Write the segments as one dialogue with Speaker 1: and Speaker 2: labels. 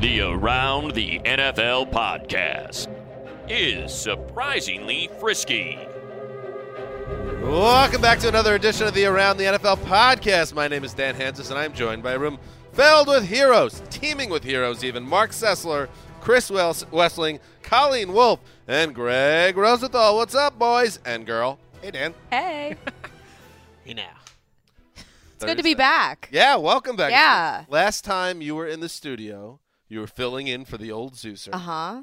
Speaker 1: The Around the NFL podcast is surprisingly frisky.
Speaker 2: Welcome back to another edition of the Around the NFL podcast. My name is Dan Hansis, and I'm joined by a room filled with heroes, teeming with heroes even. Mark Sessler, Chris Wels- Wessling, Colleen Wolf, and Greg Rosenthal. What's up, boys and girl? Hey, Dan.
Speaker 3: Hey,
Speaker 4: Hey now.
Speaker 3: it's good to be back.
Speaker 2: Yeah, welcome back.
Speaker 3: Yeah.
Speaker 2: Last time you were in the studio, you were filling in for the old Zeuser,
Speaker 3: Uh huh.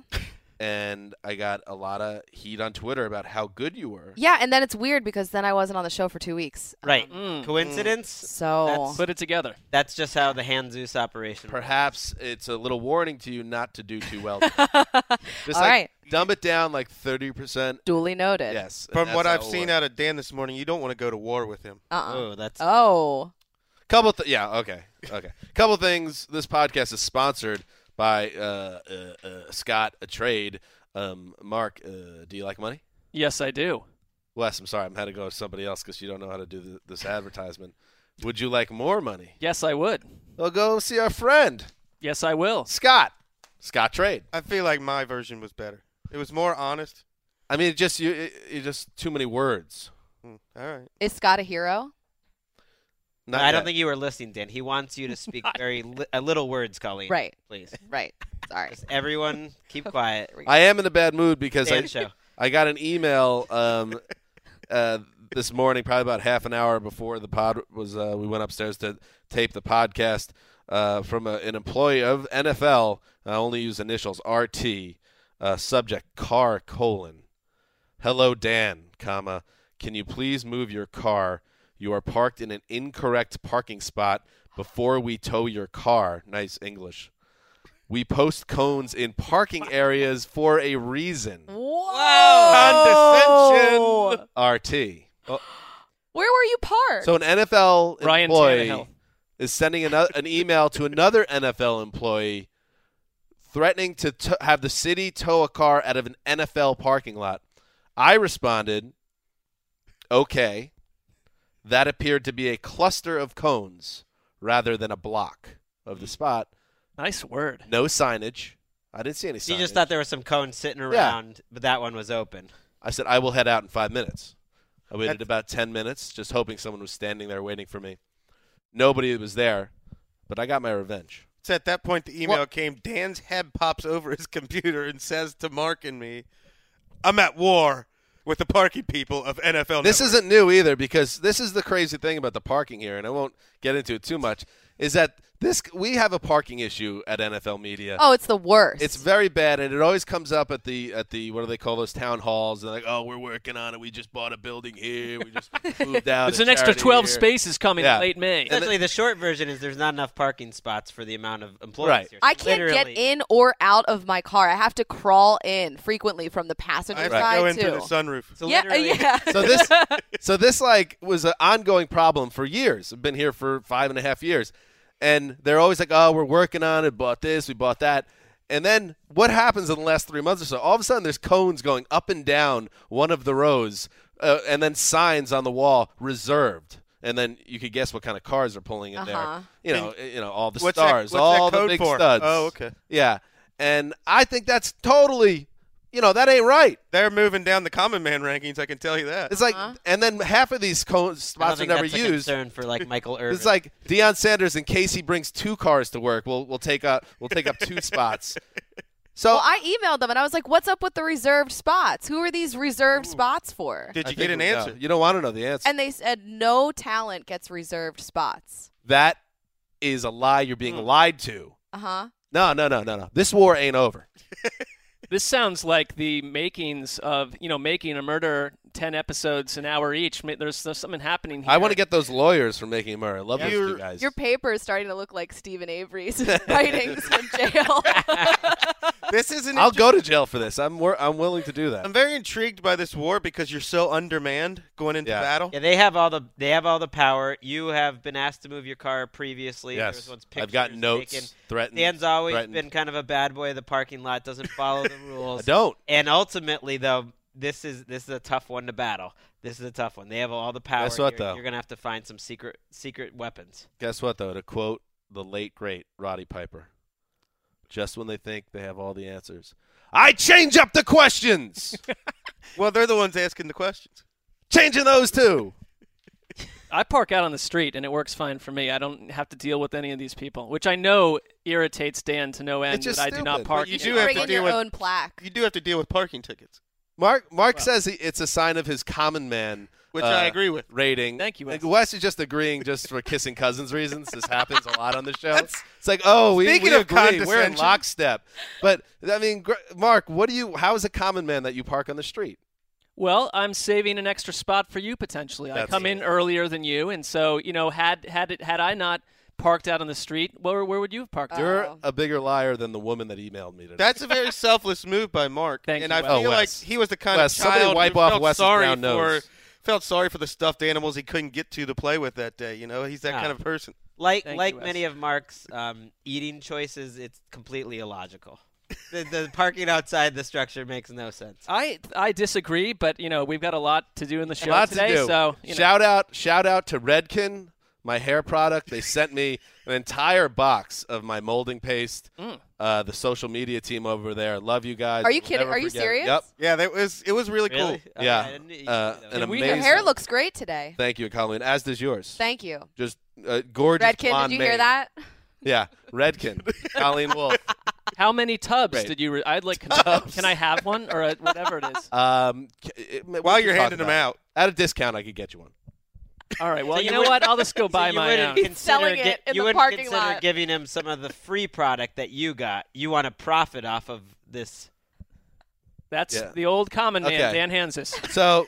Speaker 2: and I got a lot of heat on Twitter about how good you were.
Speaker 3: Yeah, and then it's weird because then I wasn't on the show for two weeks.
Speaker 4: Right.
Speaker 5: Mm.
Speaker 4: Coincidence?
Speaker 3: So
Speaker 5: Put it
Speaker 3: mm.
Speaker 5: together.
Speaker 4: That's just how the hand Zeus operation works.
Speaker 2: Perhaps it's a little warning to you not to do too well.
Speaker 3: all right,
Speaker 2: Just like dumb it down like 30%.
Speaker 3: duly noted.
Speaker 2: Yes. and
Speaker 6: From
Speaker 2: that's
Speaker 6: what
Speaker 2: how
Speaker 6: I've
Speaker 2: it
Speaker 6: seen
Speaker 2: works.
Speaker 6: out of Dan this morning, you don't want to go to war with him.
Speaker 3: Uh uh
Speaker 4: Oh, that's
Speaker 3: Oh,
Speaker 6: uh,
Speaker 2: Couple th- yeah, okay. Okay. Couple things. This podcast is sponsored by uh, uh, uh, Scott A Trade. Um, Mark, uh, do you like money?
Speaker 5: Yes, I do.
Speaker 2: Wes, I'm sorry. I'm had to go to somebody else because you don't know how to do th- this advertisement. Would you like more money?
Speaker 5: Yes, I would.
Speaker 2: Well, go see our friend,
Speaker 5: Yes, I will.
Speaker 2: Scott. Scott Trade.
Speaker 6: I feel like my version was better. It was more honest.
Speaker 2: I mean, it just you, it, it just too many words.
Speaker 6: Hmm, All right.
Speaker 3: is Scott a hero?
Speaker 2: Not
Speaker 4: I don't
Speaker 2: yet.
Speaker 4: think you were listening, Dan. He wants you to speak very li- uh, little words, Colleen.
Speaker 3: Right,
Speaker 4: Please.
Speaker 3: right. Sorry.
Speaker 4: Just everyone keep quiet.
Speaker 2: I am in a bad mood because I,
Speaker 4: Dan show.
Speaker 2: I got an email um, uh, this morning, probably about half an hour before the pod was. Uh, we went upstairs to tape the podcast uh, from a, an employee of NFL. I only use initials RT. Uh, subject: Car colon. Hello Dan, comma. Can you please move your car? You are parked in an incorrect parking spot before we tow your car. Nice English. We post cones in parking areas for a reason.
Speaker 3: Whoa!
Speaker 6: Condescension.
Speaker 2: RT.
Speaker 3: Where were you parked?
Speaker 2: So an NFL
Speaker 5: Ryan
Speaker 2: employee
Speaker 5: Tannehill.
Speaker 2: is sending an, an email to another NFL employee threatening to t- have the city tow a car out of an NFL parking lot. I responded, "Okay." That appeared to be a cluster of cones rather than a block of the spot.
Speaker 5: Nice word.
Speaker 2: No signage. I didn't see any signage.
Speaker 4: You just thought there was some cones sitting around, but that one was open.
Speaker 2: I said, I will head out in five minutes. I waited about 10 minutes, just hoping someone was standing there waiting for me. Nobody was there, but I got my revenge.
Speaker 6: It's at that point the email came. Dan's head pops over his computer and says to Mark and me, "I'm at war with the parking people of NFL."
Speaker 2: This
Speaker 6: Network."
Speaker 2: isn't new either because this is the crazy thing about the parking here, and I won't get into it too much, is that this we have a parking issue at NFL Media.
Speaker 3: oh, it's the worst.
Speaker 2: It's very bad, and it always comes up at the at the what do they call those town halls? They're like, oh, we're working on it. We just bought a building here. We just moved out.
Speaker 5: There's
Speaker 2: a
Speaker 5: an extra
Speaker 2: charity
Speaker 5: 12
Speaker 2: here."
Speaker 5: spaces coming
Speaker 2: Yeah.
Speaker 5: in late May.
Speaker 2: And-
Speaker 4: Essentially, the short version is there's not enough parking spots for the amount of employees
Speaker 2: Right.
Speaker 4: here. So
Speaker 3: I can't get
Speaker 4: literally-
Speaker 3: in or out of my car. I have to crawl in frequently from the passenger
Speaker 6: I have
Speaker 3: side
Speaker 6: to go in
Speaker 3: too.
Speaker 6: through the sunroof.
Speaker 4: So
Speaker 3: yeah,
Speaker 4: literally,
Speaker 3: yeah.
Speaker 2: So this, so this like was an ongoing problem for years. I've been here for five and a half years, and they're always like, "Oh, we're working on it. Bought this, we bought that." And then what happens in the last three months or so? All of a sudden, there's cones going up and down one of the rows, uh, and then signs on the wall reserved. And then you could guess what kind of cars are pulling in
Speaker 3: Uh-huh.
Speaker 2: there. You know, eh, you know all the
Speaker 6: What's that-
Speaker 2: stars,
Speaker 6: what's that
Speaker 2: all the
Speaker 6: code
Speaker 2: big
Speaker 6: for?
Speaker 2: studs.
Speaker 6: Oh, okay.
Speaker 2: Yeah, and I think that's totally, you know, that ain't right.
Speaker 6: They're moving down the common man rankings. I can tell you that.
Speaker 2: It's like,
Speaker 3: Uh-huh.
Speaker 2: and then half of these co-
Speaker 4: I don't
Speaker 2: spots are
Speaker 4: think
Speaker 2: never
Speaker 4: that's a
Speaker 2: used.
Speaker 4: concern for like Michael Irvin.
Speaker 2: It's like Deion Sanders in case he brings two cars to work. We'll we'll take up we'll take up two spots. So
Speaker 3: well, I emailed them and I was like, "What's up with the reserved spots? Who are these reserved spots for?"
Speaker 6: Did
Speaker 2: I
Speaker 6: you
Speaker 2: think
Speaker 6: get an
Speaker 2: we know.
Speaker 6: answer?
Speaker 2: You don't want to know the answer.
Speaker 3: And they said no talent gets reserved spots.
Speaker 2: that is a lie. You're being lied to.
Speaker 3: Uh huh.
Speaker 2: No, no, no, no, no. This war ain't over.
Speaker 5: This sounds like the makings of you know making a murder ten episodes an hour each. Ma- There's, there's something happening here.
Speaker 2: I want to get those lawyers from making a murder. I love those two
Speaker 6: You're-
Speaker 2: guys.
Speaker 3: Your paper is starting to look like Stephen Avery's writings from jail.
Speaker 6: This is an
Speaker 2: I'll go to jail for this. I'm wor- I'm willing to do that.
Speaker 6: I'm very intrigued by this war because you're so undermanned going into
Speaker 2: Yeah.
Speaker 6: battle.
Speaker 4: Yeah, they have all the they have all the power. You have been asked to move your car previously. There was
Speaker 2: yes,
Speaker 4: once
Speaker 2: I've got
Speaker 4: pictures
Speaker 2: notes
Speaker 4: taken.
Speaker 2: threatened.
Speaker 4: Dan's always
Speaker 2: Mm. threatened.
Speaker 4: been kind of a bad boy of the parking lot. Doesn't follow the
Speaker 2: I
Speaker 4: rules.
Speaker 2: don't.
Speaker 4: And ultimately, though, this is this is a tough one to battle. This is a tough one. They have all the power.
Speaker 2: Guess what,
Speaker 4: you're,
Speaker 2: though?
Speaker 4: You're gonna have to find some secret secret weapons.
Speaker 2: Guess what though? To quote the late great Roddy Piper, just when they think they have all the answers, I change up the questions.
Speaker 6: Well, they're the ones asking the questions.
Speaker 2: Changing those too.
Speaker 5: I park out on the street and it works fine for me. I don't have to deal with any of these people, which I know irritates Dan to no end.
Speaker 2: just
Speaker 5: that I do
Speaker 2: stupid.
Speaker 5: not
Speaker 2: But
Speaker 5: park.
Speaker 6: you
Speaker 5: in
Speaker 6: do
Speaker 5: it.
Speaker 6: have
Speaker 3: Bring
Speaker 6: to
Speaker 3: in
Speaker 6: do
Speaker 3: your
Speaker 6: with-
Speaker 3: own plaque.
Speaker 6: You do have to deal with parking tickets,
Speaker 2: Mark Mark says he, it's a sign of his common man,
Speaker 6: which
Speaker 2: uh,
Speaker 6: I agree with.
Speaker 2: rating.
Speaker 5: Thank you,
Speaker 2: And
Speaker 5: Wes.
Speaker 2: Wes is just agreeing just for kissing cousins reasons. This happens a lot on the show. it's like, oh, we,
Speaker 6: Speaking
Speaker 2: we
Speaker 6: of
Speaker 2: agree. We're in
Speaker 6: condescension.
Speaker 2: lockstep. But I mean, gr- Mark, what do you? How is a common man that you park on the street?
Speaker 5: Well, I'm saving an extra spot for you potentially. I
Speaker 2: That's
Speaker 5: come in
Speaker 2: it.
Speaker 5: earlier than you, and so you know, had had it, had I not parked out on the street, where where would you have parked?
Speaker 2: You're
Speaker 3: Oh.
Speaker 2: a bigger liar than the woman that emailed me today.
Speaker 6: That's a very selfless move by Mark,
Speaker 5: Thank
Speaker 6: and
Speaker 5: you,
Speaker 6: I
Speaker 5: Wes.
Speaker 6: feel
Speaker 2: Oh,
Speaker 6: like
Speaker 2: Wes.
Speaker 6: he was the kind
Speaker 2: Wes,
Speaker 6: of
Speaker 2: somebody
Speaker 6: child
Speaker 2: wipe
Speaker 6: who
Speaker 2: off
Speaker 6: felt
Speaker 2: Wes's
Speaker 6: sorry
Speaker 2: brown nose.
Speaker 6: for felt sorry for the stuffed animals he couldn't get to to play with that day. You know, he's that
Speaker 4: Ah.
Speaker 6: kind of person.
Speaker 4: Like
Speaker 5: Thank you,
Speaker 4: like
Speaker 5: Wes.
Speaker 4: many of Mark's um, eating choices, it's completely illogical. the, the parking outside the structure makes no sense.
Speaker 5: I I disagree, but you know, we've got a lot to do in the show
Speaker 2: Lots
Speaker 5: today,
Speaker 2: to do.
Speaker 5: so you know,
Speaker 2: shout out, shout out to Redken, my hair product. They sent me an entire box of my molding paste.
Speaker 5: Mm.
Speaker 2: Uh, the social media team over there, love you guys.
Speaker 3: Are you
Speaker 2: We'll
Speaker 3: kidding?
Speaker 2: never
Speaker 3: Are you
Speaker 2: forget it.
Speaker 3: serious?
Speaker 2: Yep.
Speaker 6: Yeah, that was it. Was really,
Speaker 4: Really?
Speaker 6: cool.
Speaker 4: Oh,
Speaker 2: Yeah.
Speaker 4: I didn't- you
Speaker 2: Uh,
Speaker 4: know,
Speaker 2: an
Speaker 4: didn't-
Speaker 5: we-
Speaker 2: amazing.
Speaker 3: Your hair looks great today.
Speaker 2: Thank you, Colleen. As does yours.
Speaker 3: Thank you.
Speaker 2: Just uh, gorgeous.
Speaker 3: Redkin,
Speaker 2: blonde
Speaker 3: did you
Speaker 2: mane.
Speaker 3: hear that?
Speaker 2: Yeah, Redkin, Colleen Wolf.
Speaker 5: how many tubs
Speaker 2: Great.
Speaker 5: did you? Re- I'd like can, can I have one or a, whatever it is?
Speaker 2: Um, c- it- we
Speaker 6: While
Speaker 2: can
Speaker 6: you're
Speaker 2: talk
Speaker 6: handing them
Speaker 2: about
Speaker 6: out,
Speaker 2: it. at a discount, I could get you one.
Speaker 5: All right, well,
Speaker 4: So
Speaker 5: you,
Speaker 4: you
Speaker 5: know
Speaker 4: wouldn't-
Speaker 5: what? I'll just go buy
Speaker 4: you
Speaker 5: my
Speaker 4: wouldn't
Speaker 5: own.
Speaker 4: consider
Speaker 3: selling
Speaker 4: gi-
Speaker 3: it in
Speaker 4: you
Speaker 3: the
Speaker 4: wouldn't
Speaker 3: parking
Speaker 4: consider
Speaker 3: lot.
Speaker 4: giving him some of the free product that you got. You want to profit off of this.
Speaker 5: That's
Speaker 2: Yeah.
Speaker 5: the old common man,
Speaker 2: Okay.
Speaker 5: Dan Hansis.
Speaker 2: So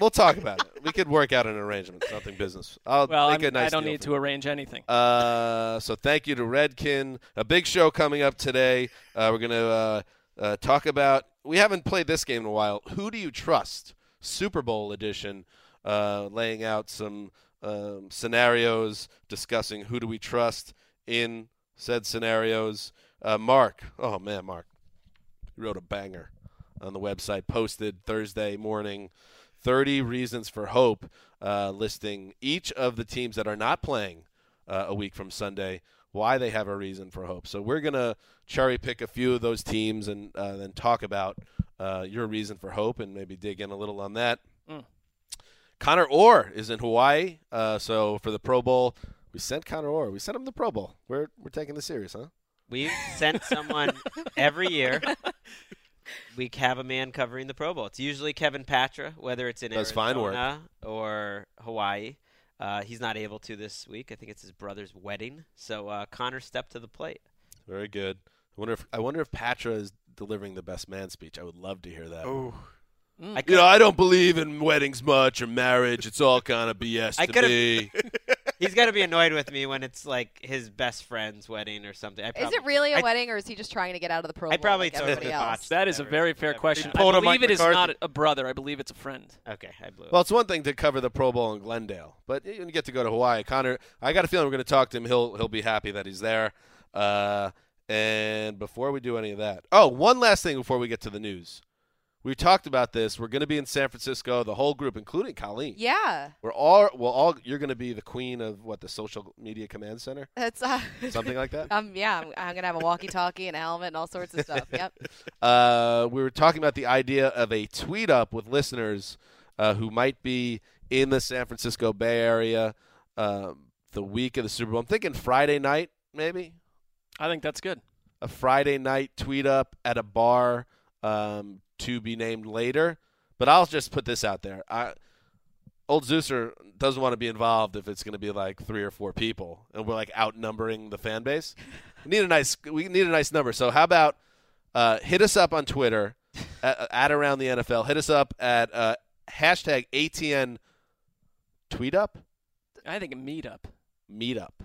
Speaker 2: we'll talk about it. We could work out an arrangement. Something business. I'll
Speaker 5: Well,
Speaker 2: make
Speaker 5: I'm-
Speaker 2: a nice
Speaker 5: I don't
Speaker 2: deal
Speaker 5: need
Speaker 2: for
Speaker 5: to arrange anything.
Speaker 2: Uh, so thank you to Redkin. A big show coming up today. Uh, we're gonna uh, uh, talk about. We haven't played this game in a while. Who do you trust? Super Bowl edition. Uh, laying out some um, scenarios, discussing who do we trust in said scenarios. Uh, Mark, oh man, Mark he wrote a banger on the website posted Thursday morning. 30 reasons for hope, uh, listing each of the teams that are not playing uh, a week from Sunday, why they have a reason for hope. So we're gonna cherry pick a few of those teams and uh, then talk about uh, your reason for hope and maybe dig in a little on that.
Speaker 5: Mm.
Speaker 2: Connor Orr is in Hawaii, uh, so for the Pro Bowl, we sent Connor Orr. We sent him to the Pro Bowl. We're we're taking this serious, huh?
Speaker 4: We've sent someone every year. We have a man covering the Pro Bowl. It's usually Kevin Patra, whether it's in
Speaker 2: Does fine work.
Speaker 4: Arizona or Hawaii. Uh, he's not able to this week. I think it's his brother's wedding. So uh, Connor stepped to the plate.
Speaker 2: Very good. I wonder if I wonder if Patra is delivering the best man speech. I would love to hear that.
Speaker 6: oh,
Speaker 3: Hmm.
Speaker 4: I
Speaker 2: You
Speaker 4: could,
Speaker 2: know, I don't believe in weddings much or marriage. It's all kind of BS
Speaker 4: I
Speaker 2: to
Speaker 4: could've-
Speaker 2: me.
Speaker 4: he's gonna be annoyed with me when it's like his best friend's wedding or something. I
Speaker 3: Is
Speaker 4: probably,
Speaker 3: it really a
Speaker 4: I-
Speaker 3: wedding, or is he just trying to get out of the pro?
Speaker 4: I
Speaker 3: Bowl
Speaker 4: probably
Speaker 3: like
Speaker 4: totally
Speaker 3: everybody else?
Speaker 4: botched
Speaker 5: that is a very fair
Speaker 4: Whatever.
Speaker 5: question.
Speaker 6: pulled
Speaker 5: I
Speaker 6: a Mike
Speaker 5: believe it is
Speaker 6: McCarthy.
Speaker 5: not a brother. I believe it's a friend.
Speaker 4: Okay, I blew it.
Speaker 2: Well, it's one thing to cover the Pro Bowl in Glendale, but you get to go to Hawaii. Connor, I got a feeling we're going to talk to him. He'll he'll be happy that he's there. Uh, and before we do any of that, oh, one last thing before we get to the news. We talked about this. We're going to be in San Francisco, the whole group, including Colleen.
Speaker 3: Yeah,
Speaker 2: We're all well. All you're going to be the queen of what the social media command center,
Speaker 3: that's uh,
Speaker 2: something like that.
Speaker 3: Um, yeah, I'm, I'm gonna have a walkie-talkie and a helmet and all sorts of stuff. Yep.
Speaker 2: uh, we were talking about the idea of a tweet up with listeners uh, who might be in the San Francisco Bay Area um, the week of the Super Bowl. I'm thinking Friday night, maybe
Speaker 5: I think that's good.
Speaker 2: a Friday night tweet up at a bar um, to be named later. But I'll just put this out there. I, old Zeuser doesn't want to be involved if it's going to be like three or four people, and we're like outnumbering the fan base. We need a nice. We need a nice number. So how about Uh, hit us up on Twitter at, at around the NFL. Hit us up at uh, hashtag ATN tweet up
Speaker 5: I think a meetup.
Speaker 2: meet up.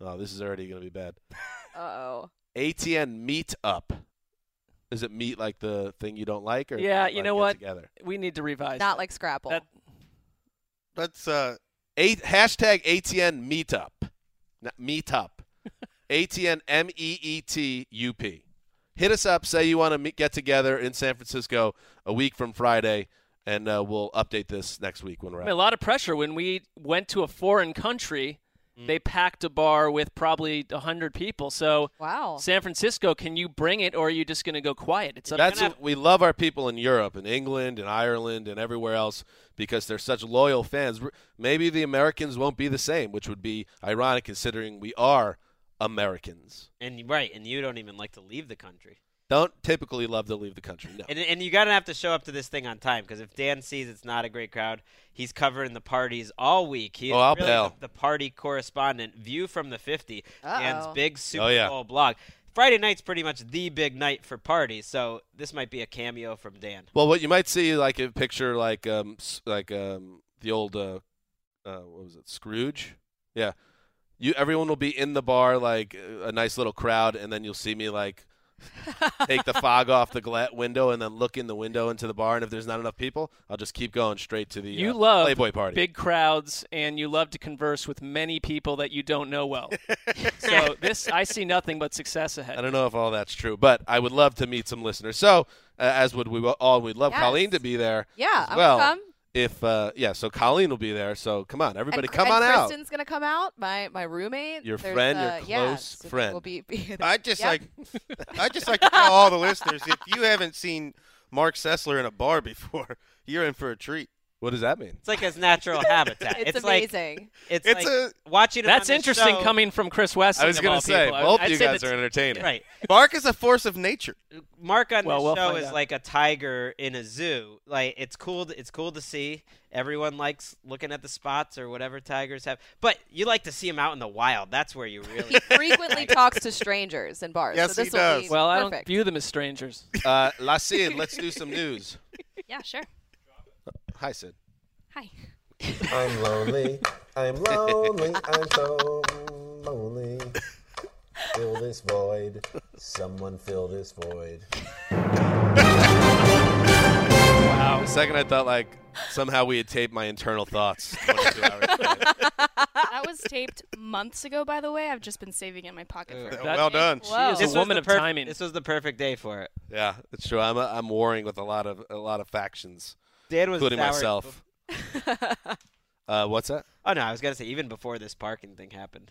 Speaker 2: Oh, this is already going to be bad.
Speaker 3: Oh,
Speaker 2: ATN meet up. Is it meet like the thing you don't like or
Speaker 5: Yeah,
Speaker 2: like
Speaker 5: you know
Speaker 2: get
Speaker 5: what?
Speaker 2: Together.
Speaker 5: We need to revise.
Speaker 3: not like Scrapple.
Speaker 5: that.
Speaker 6: Let's uh,
Speaker 2: Eight, hashtag ATN meet up. Not meet up. ATN M E E T U P. Hit us up. Say you want to meet, get together in San Francisco a week from Friday, and uh, we'll update this next week when we're
Speaker 5: I
Speaker 2: out.
Speaker 5: mean, a lot of pressure when we went to a foreign country.
Speaker 2: Mm.
Speaker 5: They packed a bar with probably hundred people. So
Speaker 3: wow.
Speaker 5: San Francisco, can you bring it, or are you just going to go quiet? It's up to
Speaker 2: That's
Speaker 5: you.
Speaker 4: gonna
Speaker 2: we love our people in Europe and England and Ireland and everywhere else because they're such loyal fans. R- Maybe the Americans won't be the same, which would be ironic considering we are Americans.
Speaker 4: And right, and you don't even like to leave the country.
Speaker 2: Don't typically love to leave the country. No.
Speaker 4: And, and you gotta have to show up to this thing on time because if Dan sees it's not a great crowd, he's covering the parties all week. He's
Speaker 2: Oh, I'll
Speaker 4: really
Speaker 2: bail.
Speaker 4: the party correspondent. View from the fifty. Dan's
Speaker 3: Uh-oh.
Speaker 4: big Super
Speaker 2: Oh, yeah.
Speaker 4: Bowl blog. Friday night's pretty much the big night for parties, so this might be a cameo from Dan.
Speaker 2: Well, what you might see like a picture like um s- like um the old uh, uh what was it Scrooge? Yeah, you everyone will be in the bar like uh, a nice little crowd, and then you'll see me like take the fog off the gla- window and then look in the window into the bar, and if there's not enough people, I'll just keep going straight to the
Speaker 5: You
Speaker 2: uh,
Speaker 5: love
Speaker 2: Playboy party.
Speaker 5: big crowds and you love to converse with many people that you don't know well. so this, I see nothing but success ahead.
Speaker 2: I don't know if all that's true, but I would love to meet some listeners. So, uh, as would we all, we'd love
Speaker 3: Yes.
Speaker 2: Colleen to be there.
Speaker 3: yeah,
Speaker 2: as
Speaker 3: I'm
Speaker 2: well.
Speaker 3: gonna come.
Speaker 2: If uh, yeah, so Colleen will be there. So come on, everybody,
Speaker 3: and,
Speaker 2: come
Speaker 3: and
Speaker 2: on out.
Speaker 3: Kristen's gonna come out. My my roommate.
Speaker 2: Your
Speaker 3: There's,
Speaker 2: friend, your
Speaker 3: uh, yeah,
Speaker 2: close
Speaker 3: so
Speaker 2: friend.
Speaker 3: Will be, be
Speaker 6: I just
Speaker 3: Yep.
Speaker 6: like I just like to tell all the listeners if you haven't seen Mark Sessler in a bar before, you're in for a treat.
Speaker 2: What does that mean?
Speaker 4: It's like his natural habitat.
Speaker 3: It's,
Speaker 4: like
Speaker 3: amazing.
Speaker 4: it's,
Speaker 6: It's
Speaker 4: like
Speaker 6: a-
Speaker 4: watching. Him
Speaker 5: That's
Speaker 4: on this
Speaker 5: interesting
Speaker 4: show-
Speaker 5: coming from Chris West.
Speaker 2: I was
Speaker 5: going to
Speaker 2: say,
Speaker 5: people.
Speaker 2: both
Speaker 5: I'd
Speaker 2: you
Speaker 5: say
Speaker 2: guys
Speaker 5: that's-
Speaker 2: are entertaining.
Speaker 4: Right.
Speaker 6: Mark is a force of nature.
Speaker 4: Mark on
Speaker 5: Well,
Speaker 4: this
Speaker 5: we'll
Speaker 4: show
Speaker 5: find
Speaker 4: is
Speaker 5: out.
Speaker 4: like a tiger in a zoo. Like it's cool. To, it's cool to see. Everyone likes looking at the spots or whatever tigers have. But you like to see them out in the wild. That's where you really.
Speaker 3: He frequently talks to strangers in bars.
Speaker 6: Yes,
Speaker 3: so
Speaker 6: he
Speaker 3: this will be
Speaker 6: does.
Speaker 5: Well, I don't
Speaker 3: perfect.
Speaker 5: view them as strangers.
Speaker 2: Uh, La Cid, let's do some news.
Speaker 7: Yeah, sure.
Speaker 2: Hi, Sid.
Speaker 7: Hi.
Speaker 8: I'm lonely. I'm lonely. I'm so lonely. Fill this void. Someone fill this void.
Speaker 2: The second I thought, like, somehow we had taped my internal thoughts 22 hours later.
Speaker 7: That was taped months ago, by the way. I've just been saving it in my pocket for.
Speaker 6: Well done.
Speaker 3: Whoa.
Speaker 5: She is a woman of
Speaker 4: perf-
Speaker 5: timing.
Speaker 4: This was the perfect day for it.
Speaker 2: Yeah, it's true. I'm, I'm warring with a lot of a lot of factions,
Speaker 4: Dan was
Speaker 2: including
Speaker 4: sour-
Speaker 2: myself. uh, what's that?
Speaker 4: Oh no, I was gonna say even before this parking thing happened.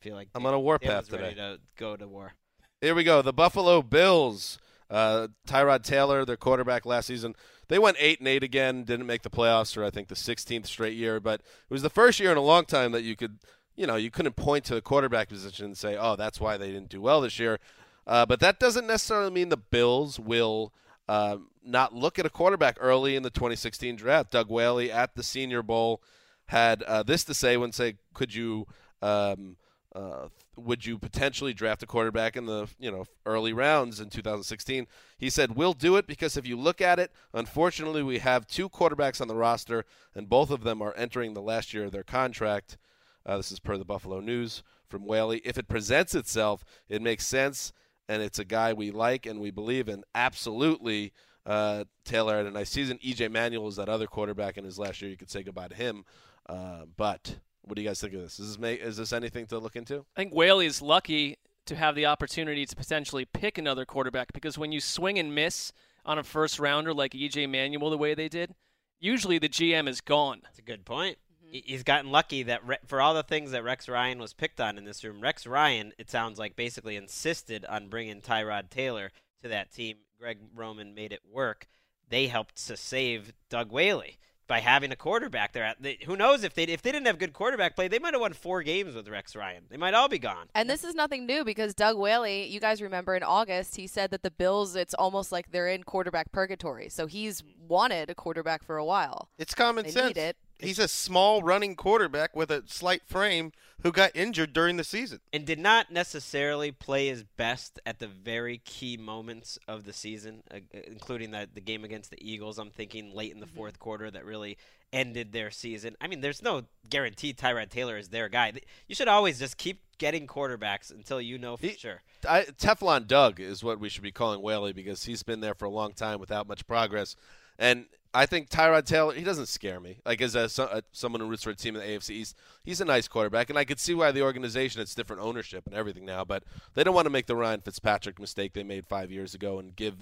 Speaker 4: I feel like
Speaker 2: I'm
Speaker 4: Dan-
Speaker 2: on a war
Speaker 4: Dan
Speaker 2: path
Speaker 4: was ready
Speaker 2: today.
Speaker 4: to go to war.
Speaker 2: Here we go. The Buffalo Bills. Uh, Tyrod Taylor, their quarterback last season, they went eight and eight again. Didn't make the playoffs for I think the 16th straight year, but it was the first year in a long time that you could, you know, you couldn't point to the quarterback position and say, oh, that's why they didn't do well this year. Uh, but that doesn't necessarily mean the Bills will um, not look at a quarterback early in the 2016 draft. Doug Whaley at the Senior Bowl had uh, this to say when say, could you? Um, uh, would you potentially draft a quarterback in the you know early rounds in 2016? He said, "We'll do it because if you look at it, unfortunately, we have two quarterbacks on the roster, and both of them are entering the last year of their contract." Uh, this is per the Buffalo News from Whaley. If it presents itself, it makes sense, and it's a guy we like and we believe in. Absolutely, uh, Taylor had a nice season. EJ Manuel is that other quarterback in his last year. You could say goodbye to him, uh, but. What do you guys think of this? Is this ma- is this anything to look into?
Speaker 5: I think Whaley is lucky to have the opportunity to potentially pick another quarterback because when you swing and miss on a first rounder like EJ Manuel the way they did, usually the GM is gone.
Speaker 4: That's a good point. He- He's gotten lucky that Re- for all the things that Rex Ryan was picked on in this room, Rex Ryan, it sounds like, basically insisted on bringing Tyrod Taylor to that team. Greg Roman made it work. They helped to save Doug Whaley by having a quarterback there. They, who knows if they if they didn't have good quarterback play, they might have won four games with Rex Ryan. They might all be gone.
Speaker 3: And this is nothing new because Doug Whaley, you guys remember in August, he said that the Bills, it's almost like they're in quarterback purgatory. So he's wanted a quarterback for a while.
Speaker 6: It's common
Speaker 3: They
Speaker 6: sense.
Speaker 3: need it.
Speaker 6: He's a small running quarterback with a slight frame who got injured during the season.
Speaker 4: and did not necessarily play his best at the very key moments of the season, uh, including the, the game against the Eagles. I'm thinking late in the fourth quarter that really ended their season. I mean, there's no guarantee Tyrod Taylor is their guy. Th- You should always just keep getting quarterbacks until you know for
Speaker 2: He-
Speaker 4: sure.
Speaker 2: I, Teflon Doug is what we should be calling Whaley because he's been there for a long time without much progress. And I think Tyrod Taylor, he doesn't scare me. Like as a, so- a, someone who roots for a team in the AFC East, he's a nice quarterback, and I could see why the organization it's different ownership and everything now, but they don't want to make the Ryan Fitzpatrick mistake they made five years ago and give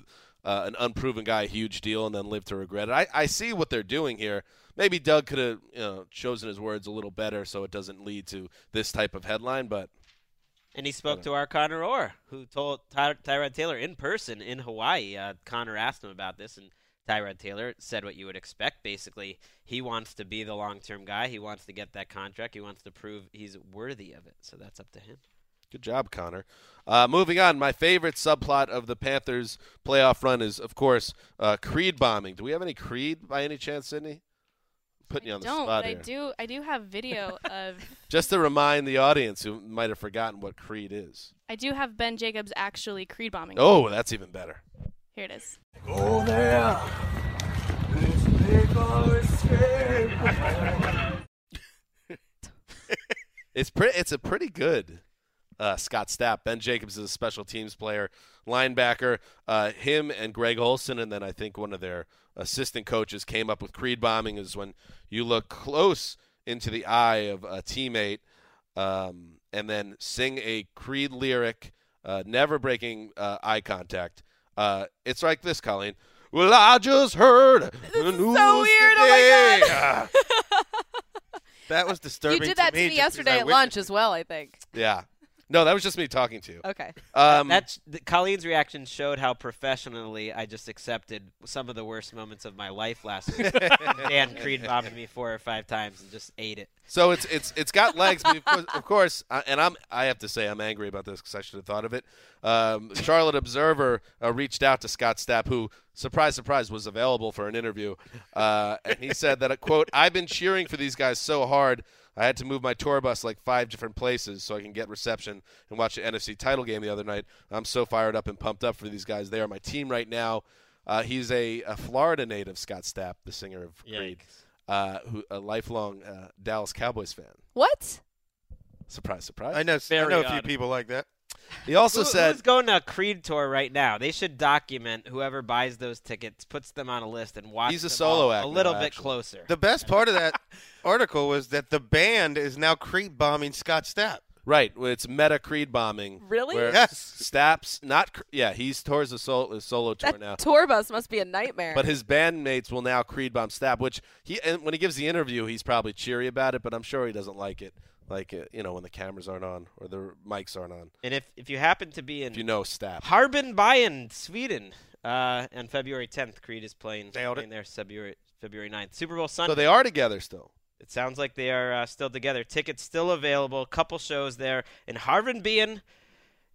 Speaker 2: uh, an unproven guy a huge deal and then live to regret it. I, I see what they're doing here. Maybe Doug could have you know, chosen his words a little better so it doesn't lead to this type of headline, but
Speaker 4: And he spoke to our Connor Orr, who told Ty- Tyrod Taylor in person in Hawaii. Uh, Connor asked him about this, and Tyrod Taylor said what you would expect. Basically, he wants to be the long-term guy. He wants to get that contract. He wants to prove he's worthy of it. So that's up to him.
Speaker 2: Good job, Connor. Uh, moving on, my favorite subplot of the Panthers' playoff run is, of course, uh, Creed bombing. Do we have any Creed by any chance, Sydney? Putting you on the
Speaker 7: don't,
Speaker 2: spot
Speaker 7: but
Speaker 2: here.
Speaker 7: I do. I do have video of.
Speaker 2: Just to remind the audience who might have forgotten what Creed is.
Speaker 7: I do have Ben Jacobs actually creed bombing.
Speaker 2: Oh, that's even better.
Speaker 7: Here it is.
Speaker 8: Oh, there.
Speaker 2: It's pretty. It's a pretty good uh, Scott Stapp. Ben Jacobs is a special teams player, linebacker. Uh, him and Greg Olson, and then I think one of their assistant coaches came up with creed bombing. Is when you look close into the eye of a teammate, um, and then sing a creed lyric, uh, never breaking uh, eye contact. Uh, it's like this, Colleen. Well, I just heard the news
Speaker 3: so weird. Oh my
Speaker 2: today."
Speaker 3: god.
Speaker 6: That was disturbing.
Speaker 3: you did that to
Speaker 6: me
Speaker 3: me,
Speaker 6: just
Speaker 3: yesterday
Speaker 6: because I
Speaker 3: at
Speaker 6: witnessed
Speaker 3: lunch
Speaker 6: it.
Speaker 3: as well, I think.
Speaker 2: yeah. No, that was just me talking to you.
Speaker 3: Okay.
Speaker 2: Um,
Speaker 4: That's th- Colleen's reaction showed how professionally I just accepted some of the worst moments of my life last week. Dan Creed bombed me four or five times and just ate it.
Speaker 2: So it's it's it's got legs, but of course, of course I, and I'm I have to say I'm angry about this because I should have thought of it. Um, Charlotte Observer uh, reached out to Scott Stapp, who surprise surprise was available for an interview, uh, and he said that quote I've been cheering for these guys so hard I had to move my tour bus like five different places so I can get reception and watch the NFC title game the other night. I'm so fired up and pumped up for these guys. They are my team right now. Uh, he's a, a Florida native, Scott Stapp, the singer of Creed uh, who a lifelong uh, Dallas Cowboys fan.
Speaker 3: What?
Speaker 2: Surprise, surprise.
Speaker 6: I know, I
Speaker 5: Very
Speaker 6: know a few
Speaker 5: odd.
Speaker 6: people like that.
Speaker 2: He also
Speaker 4: Who-
Speaker 2: said
Speaker 4: who's going to a Creed tour right now? They should document whoever buys those tickets, puts them on a list, and watch.
Speaker 2: He's a
Speaker 4: them
Speaker 2: solo
Speaker 4: all
Speaker 2: act
Speaker 4: A
Speaker 2: now,
Speaker 4: little bit
Speaker 2: actually.
Speaker 4: closer.
Speaker 6: The best part of that article was that the band is now creep bombing Scott Stapp.
Speaker 2: right. well, It's meta Creed bombing.
Speaker 3: Really?
Speaker 2: Where
Speaker 6: Yes.
Speaker 2: Staps not. cr- Yeah, he's towards a solo, a solo tour
Speaker 3: That
Speaker 2: now.
Speaker 3: tour bus must be a nightmare.
Speaker 2: But his bandmates will now Creed bomb Stapp, which he and when he gives the interview, he's probably cheery about it, but I'm sure he doesn't like it. Like uh, you know, when the cameras aren't on or the mics aren't on.
Speaker 4: and if if you happen to be in
Speaker 2: If you know Stapp,
Speaker 4: Harbin Bayern, Sweden, uh, on February 10th, Creed is playing,
Speaker 6: Nailed it.
Speaker 4: playing there February February 9th. Super Bowl Sunday.
Speaker 2: so they are together still.
Speaker 4: It sounds like they are uh, still together. Tickets still available. Couple shows there. And Harvin being,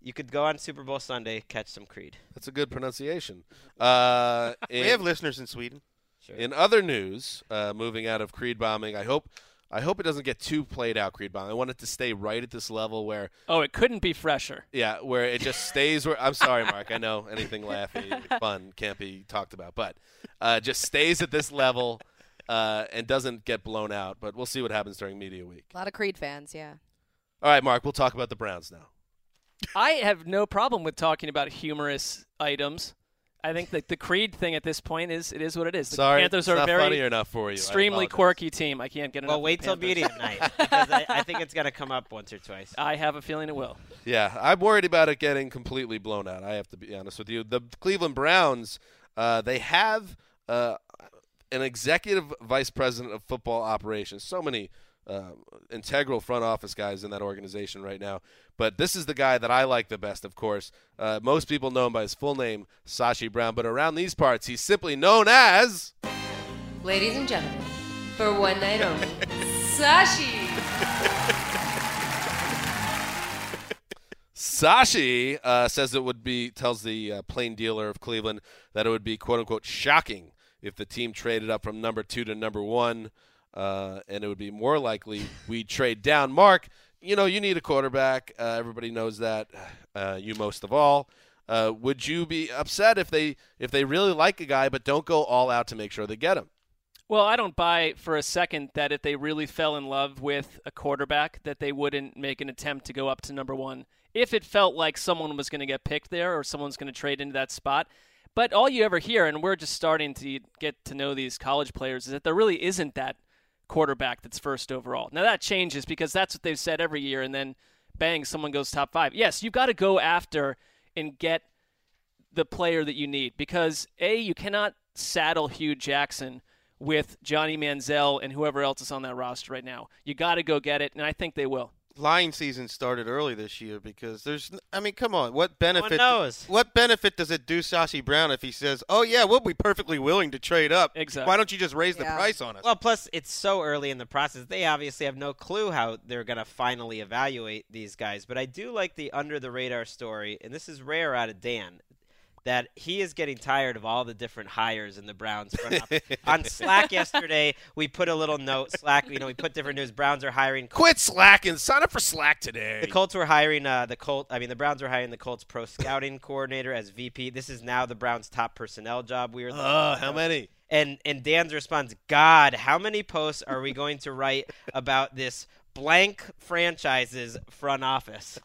Speaker 4: you could go on Super Bowl Sunday, catch some Creed.
Speaker 2: That's a good pronunciation. Uh,
Speaker 6: We
Speaker 2: in-
Speaker 6: have listeners in Sweden.
Speaker 4: Sure.
Speaker 2: In other news, uh, moving out of Creed bombing, I hope I hope it doesn't get too played out Creed bombing. I want it to stay right at this level where
Speaker 5: Oh, it couldn't be fresher.
Speaker 2: yeah, where it just stays where I'm sorry, Mark. I know anything laughy, fun can't be talked about, but uh, just stays at this level uh, and doesn't get blown out. But we'll see what happens during media week.
Speaker 3: a lot of Creed fans, yeah.
Speaker 2: All right, Mark. We'll talk about the Browns now.
Speaker 5: I have no problem with talking about humorous items. I think that the Creed thing at this point is it is what it is. The
Speaker 2: sorry,
Speaker 5: Panthers
Speaker 2: it's
Speaker 5: are
Speaker 2: not
Speaker 5: a very
Speaker 2: funny enough for you. I
Speaker 5: extremely
Speaker 2: apologize.
Speaker 5: quirky team. I can't get enough.
Speaker 4: well,
Speaker 5: of
Speaker 4: wait
Speaker 5: the
Speaker 4: till
Speaker 5: Panthers.
Speaker 4: media night because I, I think it's going to come up once or twice.
Speaker 5: I have a feeling it will.
Speaker 2: Yeah, I'm worried about it getting completely blown out. I have to be honest with you. The Cleveland Browns, uh, they have uh, an executive vice president of football operations. So many uh, integral front office guys in that organization right now. But this is the guy that I like the best, of course. Uh, most people know him by his full name, Sashi Brown. But around these parts, he's simply known as.
Speaker 9: Ladies and gentlemen, for one night only, Sashi.
Speaker 2: Sashi uh, says it would be tells the uh, plain dealer of Cleveland that it would be quote unquote shocking if the team traded up from number two to number one. uh, and it would be more likely we trade down. Mark, you know, you need a quarterback. Uh, everybody knows that. Uh, you most of all. Uh, would you be upset if they if they really like a guy but don't go all out to make sure they get him?
Speaker 5: Well, I don't buy for a second that if they really fell in love with a quarterback, that they wouldn't make an attempt to go up to number one if it felt like someone was going to get picked there or someone's going to trade into that spot. But all you ever hear, and we're just starting to get to know these college players, is that there really isn't that quarterback that's first overall. Now that changes because that's what they've said every year, and then bang, someone goes top five. Yes, you've got to go after and get the player that you need because a you cannot saddle Hugh Jackson with Johnny Manziel and whoever else is on that roster right now. You got to go get it, and I think they will.
Speaker 6: Line season started early this year because there's. n- I mean, come on. What benefit?
Speaker 4: knows?
Speaker 6: What benefit does it do Sashi Brown if he says, "Oh yeah, we'll be perfectly willing to trade up"?
Speaker 5: Exactly.
Speaker 6: Why don't you just raise the
Speaker 3: Yeah.
Speaker 6: price on us?
Speaker 4: Well, plus it's so early in the process. They obviously have no clue how they're going to finally evaluate these guys. But I do like the under the radar story, and this is rare out of Dan, that he is getting tired of all the different hires in the Browns front office. On Slack yesterday, we put a little note. Slack, you know, we put different news. Browns are hiring.
Speaker 2: Quit slacking. Sign up for Slack today.
Speaker 4: The Colts were hiring uh, the Colt. I mean, the Browns were hiring the Colts pro scouting coordinator as VP. This is now the Browns' top personnel job. We were.
Speaker 2: Uh, how many?
Speaker 4: And and Dan's response, God, how many posts are we going to write about this blank franchise's front office?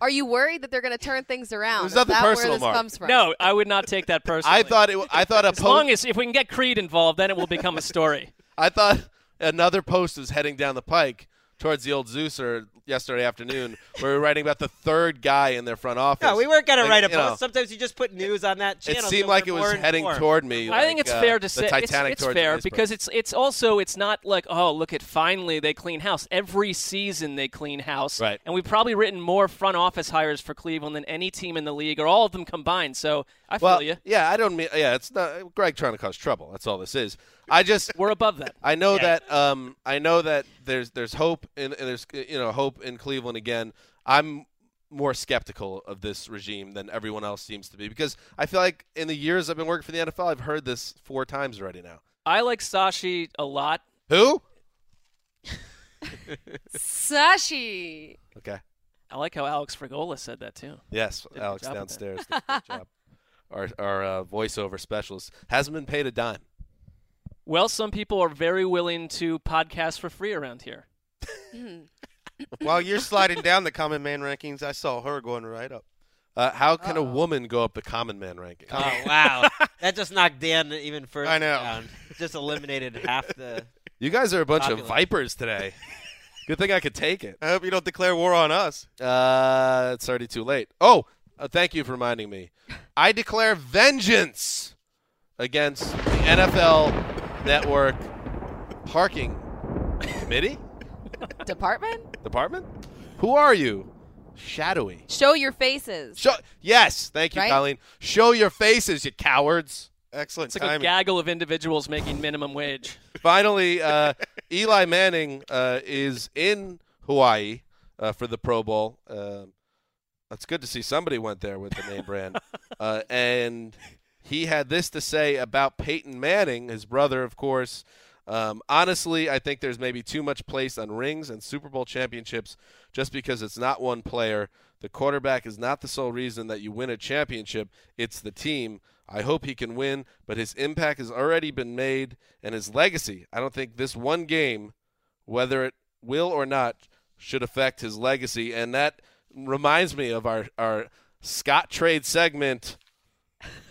Speaker 3: Are you worried that they're going to turn things around?
Speaker 2: was
Speaker 3: Is
Speaker 2: nothing
Speaker 3: that
Speaker 2: personal,
Speaker 3: where this
Speaker 2: Mark.
Speaker 3: comes from?
Speaker 5: No, I would not take that personally.
Speaker 2: I thought it. w- I thought a
Speaker 5: as long
Speaker 2: post.
Speaker 5: as if we can get Creed involved, then it will become a story.
Speaker 2: I thought another post was heading down the pike towards the old Zeuser yesterday afternoon, where we were writing about the third guy in their front office.
Speaker 4: No, we weren't gonna
Speaker 2: Like,
Speaker 4: write a
Speaker 2: you
Speaker 4: post.
Speaker 2: know,
Speaker 4: Sometimes you just put news on that channel.
Speaker 2: it
Speaker 4: so
Speaker 2: seemed like
Speaker 4: we're
Speaker 2: it
Speaker 4: more
Speaker 2: was heading
Speaker 4: informed.
Speaker 2: toward me.
Speaker 5: I think
Speaker 2: like,
Speaker 5: it's
Speaker 2: uh,
Speaker 5: fair to
Speaker 2: the
Speaker 5: say
Speaker 2: Titanic
Speaker 5: it's, it's
Speaker 2: towards
Speaker 5: fair
Speaker 2: an iceberg.
Speaker 5: because it's it's also it's not like oh look at finally they clean house every season they clean house
Speaker 2: Right.
Speaker 5: and we've probably written more front office hires for Cleveland than any team in the league or all of them combined so I
Speaker 2: well,
Speaker 5: feel you
Speaker 2: yeah, I don't mean. Yeah, it's not Greg trying to cause trouble. That's all this is. I just
Speaker 5: we're above that
Speaker 2: I know
Speaker 4: Yeah.
Speaker 2: that um, I know that there's there's hope and there's you know hope in Cleveland again. I'm more skeptical of this regime than everyone else seems to be because I feel like in the years I've been working for the NFL, I've heard this four times already now.
Speaker 5: I like Sashi a lot
Speaker 2: Who?
Speaker 9: Sashi.
Speaker 2: Okay.
Speaker 5: I like how Alex Frigola said that too
Speaker 2: Yes,
Speaker 5: a good
Speaker 2: Alex
Speaker 5: job with
Speaker 2: downstairs. did a great job. Our our uh, voiceover specialist hasn't been paid a dime.
Speaker 5: well some people are very willing to podcast for free around here
Speaker 6: While you're sliding down the common man rankings, I saw her going right up.
Speaker 2: Uh, how can a woman go up the common man ranking?
Speaker 4: Oh wow, that just knocked Dan even further
Speaker 6: I know.
Speaker 4: down. Just eliminated half the.
Speaker 2: You guys are a bunch of
Speaker 4: Popular.
Speaker 2: vipers today. Good thing I could take it.
Speaker 6: I hope you don't declare war on us.
Speaker 2: Uh, it's already too late. Oh, uh, thank you for reminding me. I declare vengeance against the NFL Network Parking Committee
Speaker 3: Department?
Speaker 2: Department. Who are you? Shadowy.
Speaker 3: Show your faces.
Speaker 2: Show- yes, thank you,
Speaker 3: Right?
Speaker 2: Colleen. Show your faces, you cowards.
Speaker 6: Excellent
Speaker 5: it's like a
Speaker 6: timing.
Speaker 5: gaggle of individuals making minimum wage
Speaker 2: Finally, uh, Eli Manning uh, is in Hawaii uh, for the Pro Bowl. Um it's good to see somebody went there with the name brand. Uh, and he had this to say about Peyton Manning, his brother, of course. Um, honestly, I think there's maybe too much placed on rings and Super Bowl championships just because it's not one player. The quarterback is not the sole reason that you win a championship, it's the team. I hope he can win, but his impact has already been made and his legacy. I don't think this one game, whether it will or not, should affect his legacy. And that reminds me of our, our Scott trade segment.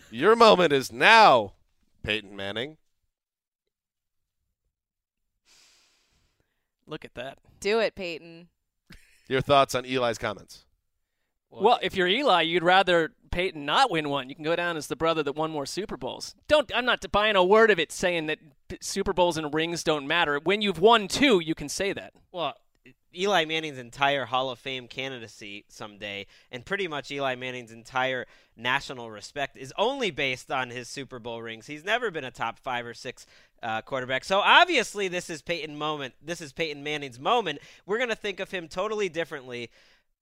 Speaker 2: Your moment is now, Peyton Manning.
Speaker 5: look at that
Speaker 3: Do it, Peyton.
Speaker 2: Your thoughts on Eli's comments?
Speaker 5: Well, if you're Eli, you'd rather Peyton not win one. You can go down as the brother that won more Super Bowls. Don't I'm not buying a word of it saying that p- Super Bowls and rings don't matter. When you've won two, you can say that.
Speaker 4: Well, Eli Manning's entire Hall of Fame candidacy someday, and pretty much Eli Manning's entire national respect, is only based on his Super Bowl rings. He's never been a top five or six uh, quarterback. So obviously, this is Peyton moment. This is Peyton Manning's moment. We're gonna think of him totally differently,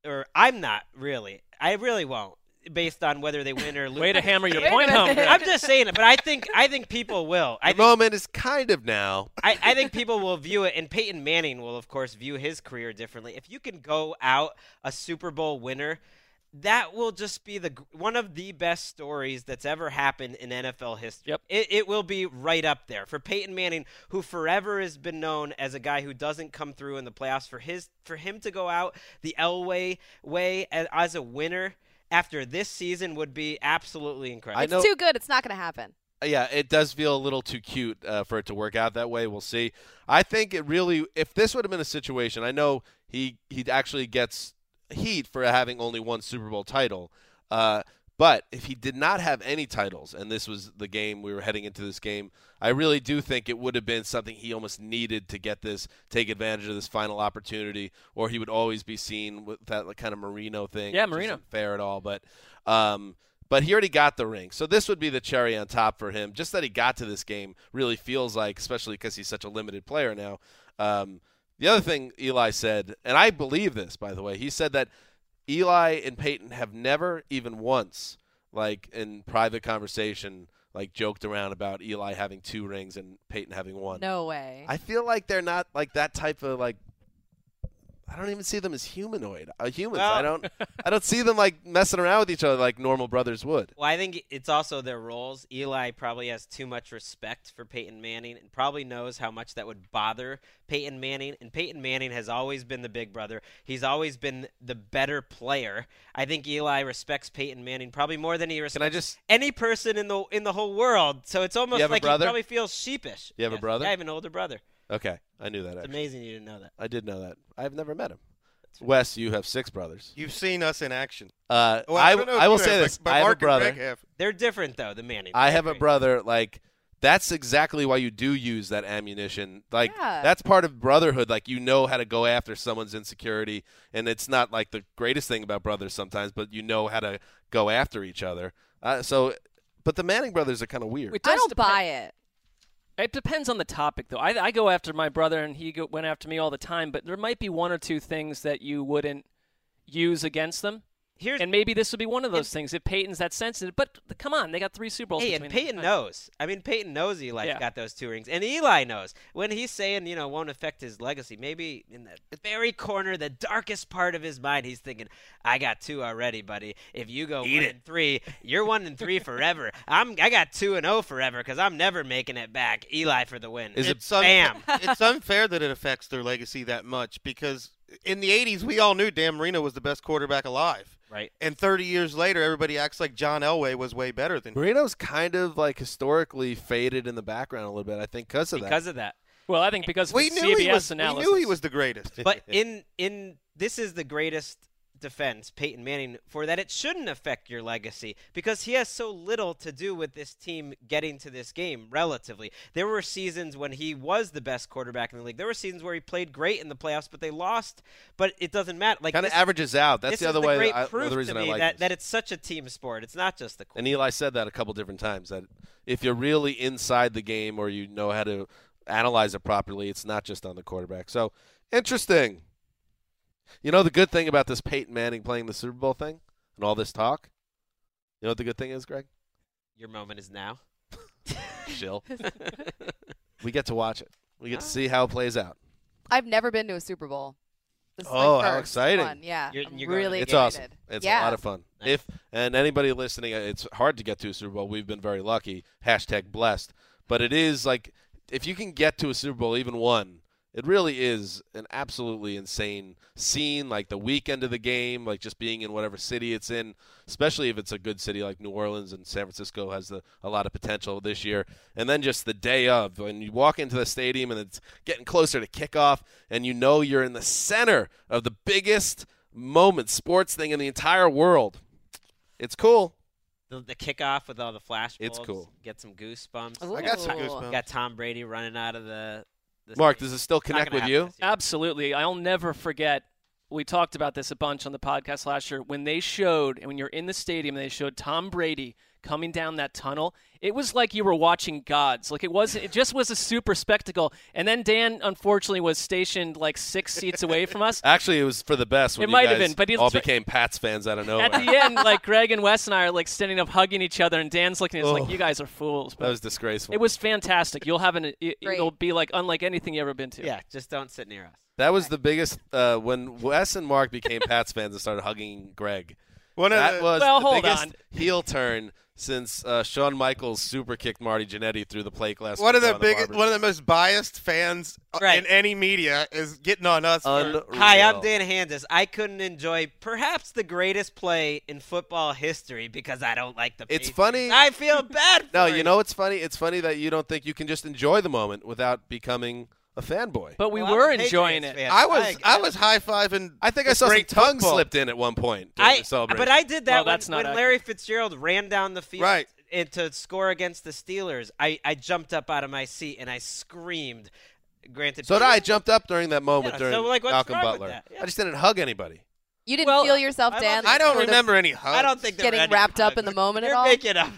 Speaker 4: or I'm not really. I really won't. based on whether they win or lose.
Speaker 5: Way to hammer your
Speaker 4: Wait a
Speaker 5: point home,
Speaker 4: minute.
Speaker 5: Greg.
Speaker 4: I'm just saying it, but I think I think people will. I
Speaker 2: The
Speaker 4: think,
Speaker 2: moment is kind of now.
Speaker 4: I, I think people will view it, and Peyton Manning will, of course, view his career differently. If you can go out a Super Bowl winner, that will just be the gr- one of the best stories that's ever happened in NFL history.
Speaker 5: Yep.
Speaker 4: It, it will be right up there for Peyton Manning, who forever has been known as a guy who doesn't come through in the playoffs. For his for him to go out the Elway way as, as a winner after this season would be absolutely incredible.
Speaker 2: I know-
Speaker 3: It's too good. It's not going to happen.
Speaker 2: Yeah, it does feel a little too cute uh, for it to work out that way. We'll see. I think it really, if this would have been a situation, I know he he actually gets heat for having only one Super Bowl title. Uh, but if he did not have any titles, and this was the game we were heading into this game, I really do think it would have been something he almost needed to get this, take advantage of this final opportunity, or he would always be seen with that like, kind of Marino thing.
Speaker 5: Yeah,
Speaker 2: which
Speaker 5: Marino.
Speaker 2: isn't fair at all, but. Um, but he already got the ring, so this would be the cherry on top for him. Just that he got to this game really feels like, especially because he's such a limited player now. Um, the other thing Eli said, and I believe this, by the way, he said that Eli and Peyton have never even once, like in private conversation, like joked around about Eli having two rings and Peyton having one.
Speaker 3: No way.
Speaker 2: I feel like they're not like that type of like. I don't even see them as humanoid. Uh, humans. I
Speaker 4: Well-
Speaker 2: don't. I don't see them like messing around with each other like normal brothers would.
Speaker 4: Well, I think it's also their roles. Eli probably has too much respect for Peyton Manning and probably knows how much that would bother Peyton Manning. And Peyton Manning has always been the big brother, he's always been the better player. I think Eli respects Peyton Manning probably more than he
Speaker 2: Can I
Speaker 4: respects
Speaker 2: just?
Speaker 4: any person in the in the whole world. So it's almost
Speaker 2: have a
Speaker 4: like he
Speaker 2: brother?
Speaker 4: probably feels sheepish.
Speaker 2: You have a
Speaker 4: Yes,
Speaker 2: brother?
Speaker 4: I have an older brother.
Speaker 2: Okay, I knew that.
Speaker 4: It's
Speaker 2: Actually.
Speaker 4: amazing you didn't know that.
Speaker 2: I did know that. I've never met him. Wes, you have six brothers.
Speaker 6: You've seen us in action.
Speaker 2: Uh,
Speaker 6: Well,
Speaker 2: I,
Speaker 6: don't know
Speaker 2: w-
Speaker 6: if
Speaker 2: I will
Speaker 6: you
Speaker 2: say
Speaker 6: have,
Speaker 2: this.
Speaker 6: But, but
Speaker 2: I have
Speaker 6: Mark
Speaker 2: a brother.
Speaker 6: And Greg have.
Speaker 4: They're different though, the Manning.
Speaker 2: I have a
Speaker 4: agree.
Speaker 2: brother. Like that's exactly why you do use that ammunition. Like
Speaker 3: Yeah.
Speaker 2: that's part of brotherhood. Like you know how to go after someone's insecurity, and it's not like the greatest thing about brothers sometimes, but you know how to go after each other. Uh, so, but the Manning brothers are kind of weird.
Speaker 5: It
Speaker 3: I
Speaker 5: does
Speaker 3: don't
Speaker 5: depend-
Speaker 3: buy it.
Speaker 5: It depends on the topic, though. I, I go after my brother, and he go, went after me all the time. But there might be one or two things that you wouldn't use against them,
Speaker 4: Here's
Speaker 5: and maybe this would be one of those things. If Peyton's that sensitive, but th- come on, they got three Super Bowls.
Speaker 4: Hey, and
Speaker 5: between them.
Speaker 4: Peyton
Speaker 5: Fine.
Speaker 4: knows. I mean, Peyton knows Eli's
Speaker 5: Yeah.
Speaker 4: got those two rings, and Eli knows when he's saying, you know, won't affect his legacy. Maybe in that very corner, the darkest part of his mind, he's thinking, "I got two already, buddy. If you go one and three, you're one and three forever. I'm I got two and oh forever because I'm never making it back. Eli for the win.
Speaker 2: Is it-
Speaker 4: it bam?
Speaker 6: it's unfair that it affects their legacy that much because in the 80s, we all knew Dan Marino was the best quarterback alive.
Speaker 4: right.
Speaker 6: And 30 years later, everybody acts like John Elway was way better than
Speaker 2: Marino's kind of like historically faded in the background a little bit. I think because of that.
Speaker 4: Because of that.
Speaker 5: Well, I think because of
Speaker 6: uh, we
Speaker 5: the
Speaker 6: knew
Speaker 5: CBS
Speaker 6: he was.
Speaker 5: analysis.
Speaker 6: We knew he was the greatest.
Speaker 4: but in in this is the greatest defense Peyton Manning for that it shouldn't affect your legacy because he has so little to do with this team getting to this game relatively. There were seasons when he was the best quarterback in the league. There were seasons where he played great in the playoffs but they lost, but it doesn't matter. Like
Speaker 2: kind of
Speaker 4: this-
Speaker 2: averages out. That's
Speaker 4: this
Speaker 2: the
Speaker 4: is
Speaker 2: other
Speaker 4: the
Speaker 2: way.
Speaker 4: great
Speaker 2: I,
Speaker 4: proof
Speaker 2: another reason
Speaker 4: to me
Speaker 2: I like
Speaker 4: that,
Speaker 2: this.
Speaker 4: that it's such a team sport. It's not just the
Speaker 2: And Eli said that a couple different times that if you're really inside the game or you know how to analyze it properly, it's not just on the quarterback. So interesting. You know the good thing about this Peyton Manning playing the Super Bowl thing and all this talk. You know what the good thing is, Greg?
Speaker 4: your moment is now.
Speaker 2: Chill. we get to watch it. We
Speaker 3: Ah.
Speaker 2: get to see how it plays out.
Speaker 3: I've never been to a Super Bowl. This is my
Speaker 2: Oh, how
Speaker 3: first
Speaker 2: exciting.
Speaker 3: one. Yeah,
Speaker 4: You're-
Speaker 3: I'm
Speaker 4: you're going to
Speaker 3: really
Speaker 4: the
Speaker 2: It's
Speaker 4: game.
Speaker 3: excited.
Speaker 2: awesome. It's a
Speaker 3: yeah.
Speaker 2: lot of fun.
Speaker 4: Nice.
Speaker 2: If and anybody listening, uh, it's hard to get to a Super Bowl. We've been very lucky. Hashtag blessed. But it is like if you can get to a Super Bowl, even one, it really is an absolutely insane scene. Like the weekend of the game, like just being in whatever city it's in, especially if it's a good city like New Orleans and San Francisco has the, a lot of potential this year. And then just the day of when you walk into the stadium and it's getting closer to kickoff, and you know you're in the center of the biggest moment sports thing in the entire world. It's cool.
Speaker 4: The, the kickoff with all the flashbulbs.
Speaker 2: It's cool.
Speaker 4: Get some goosebumps.
Speaker 3: Ooh.
Speaker 6: I got some
Speaker 3: Ooh.
Speaker 6: goosebumps.
Speaker 4: Got Tom Brady running out of the. the
Speaker 2: Mark,
Speaker 4: stadium.
Speaker 2: does it still
Speaker 4: It's not
Speaker 2: connect
Speaker 4: gonna
Speaker 2: with
Speaker 4: happen
Speaker 2: you?
Speaker 4: this year.
Speaker 5: Absolutely. I'll never forget we talked about this a bunch on the podcast last year. When they showed, and when you're in the stadium, they showed Tom Brady coming down that tunnel. It was like you were watching gods. Like it was, it just was a super spectacle. And then Dan, unfortunately, was stationed like six seats away from us.
Speaker 2: Actually, it was for the best. When
Speaker 5: It
Speaker 2: you
Speaker 5: might have
Speaker 2: guys
Speaker 5: been, but it's-
Speaker 2: all became Pats fans out of nowhere.
Speaker 5: At the end, like Greg and Wes and I are like standing up, hugging each other, and Dan's looking at us
Speaker 2: Ugh.
Speaker 5: like, "You guys are fools."
Speaker 2: Oh. that was disgraceful.
Speaker 5: It was fantastic. You'll have an it, it'll be like unlike anything you ever been to.
Speaker 4: Yeah, just don't sit near us.
Speaker 2: That was the biggest uh, when Wes and Mark became Pats fans and started hugging Greg.
Speaker 6: One of
Speaker 2: that
Speaker 6: the-
Speaker 2: was
Speaker 5: Well,
Speaker 2: the
Speaker 5: hold
Speaker 2: biggest
Speaker 5: on.
Speaker 2: heel turn since uh, Shawn Michaels super kicked Marty Jannetty through the plate glass.
Speaker 6: One of
Speaker 2: window
Speaker 6: the
Speaker 2: on
Speaker 6: biggest,
Speaker 2: barber
Speaker 6: one of the most biased fans uh,
Speaker 4: Right.
Speaker 6: in any media is getting on us.
Speaker 2: shop.
Speaker 6: for-
Speaker 2: Unreal.
Speaker 4: Hi, I'm Dan Hansis. I couldn't enjoy perhaps the greatest play in football history because I don't like the.
Speaker 2: It's
Speaker 4: Patriots.
Speaker 2: funny-
Speaker 4: I feel bad. For
Speaker 2: No, you know what's funny? It's funny that you don't think you can just enjoy the moment without becoming a fanboy.
Speaker 5: But we
Speaker 4: Well, I'm
Speaker 5: were
Speaker 4: a Patriots
Speaker 5: enjoying it.
Speaker 4: fan.
Speaker 6: I was, I was high fiving.
Speaker 2: I think I saw some
Speaker 6: great
Speaker 2: tongue
Speaker 6: football.
Speaker 2: slipped in at one point. during
Speaker 4: I,
Speaker 2: the celebration.
Speaker 4: but I did that
Speaker 5: Well,
Speaker 4: when,
Speaker 5: that's not
Speaker 4: when Larry Fitzgerald ran down the field
Speaker 6: Right.
Speaker 4: and to score against the Steelers. I, I jumped up out of my seat and I screamed. Granted,
Speaker 2: so did I. I jumped up during that moment
Speaker 4: Yeah,
Speaker 2: during
Speaker 4: so, like, what's
Speaker 2: Malcolm
Speaker 4: wrong with
Speaker 2: Butler.
Speaker 4: that? Yeah.
Speaker 2: I just didn't hug anybody.
Speaker 3: You didn't
Speaker 4: Well,
Speaker 3: feel yourself,
Speaker 4: I
Speaker 3: Dan.
Speaker 4: love
Speaker 6: I don't
Speaker 3: sort of
Speaker 6: remember any hugs.
Speaker 4: I don't think there were
Speaker 3: getting
Speaker 4: any
Speaker 3: wrapped up in
Speaker 4: hugs.
Speaker 3: the moment
Speaker 4: You're
Speaker 3: at all.
Speaker 4: making up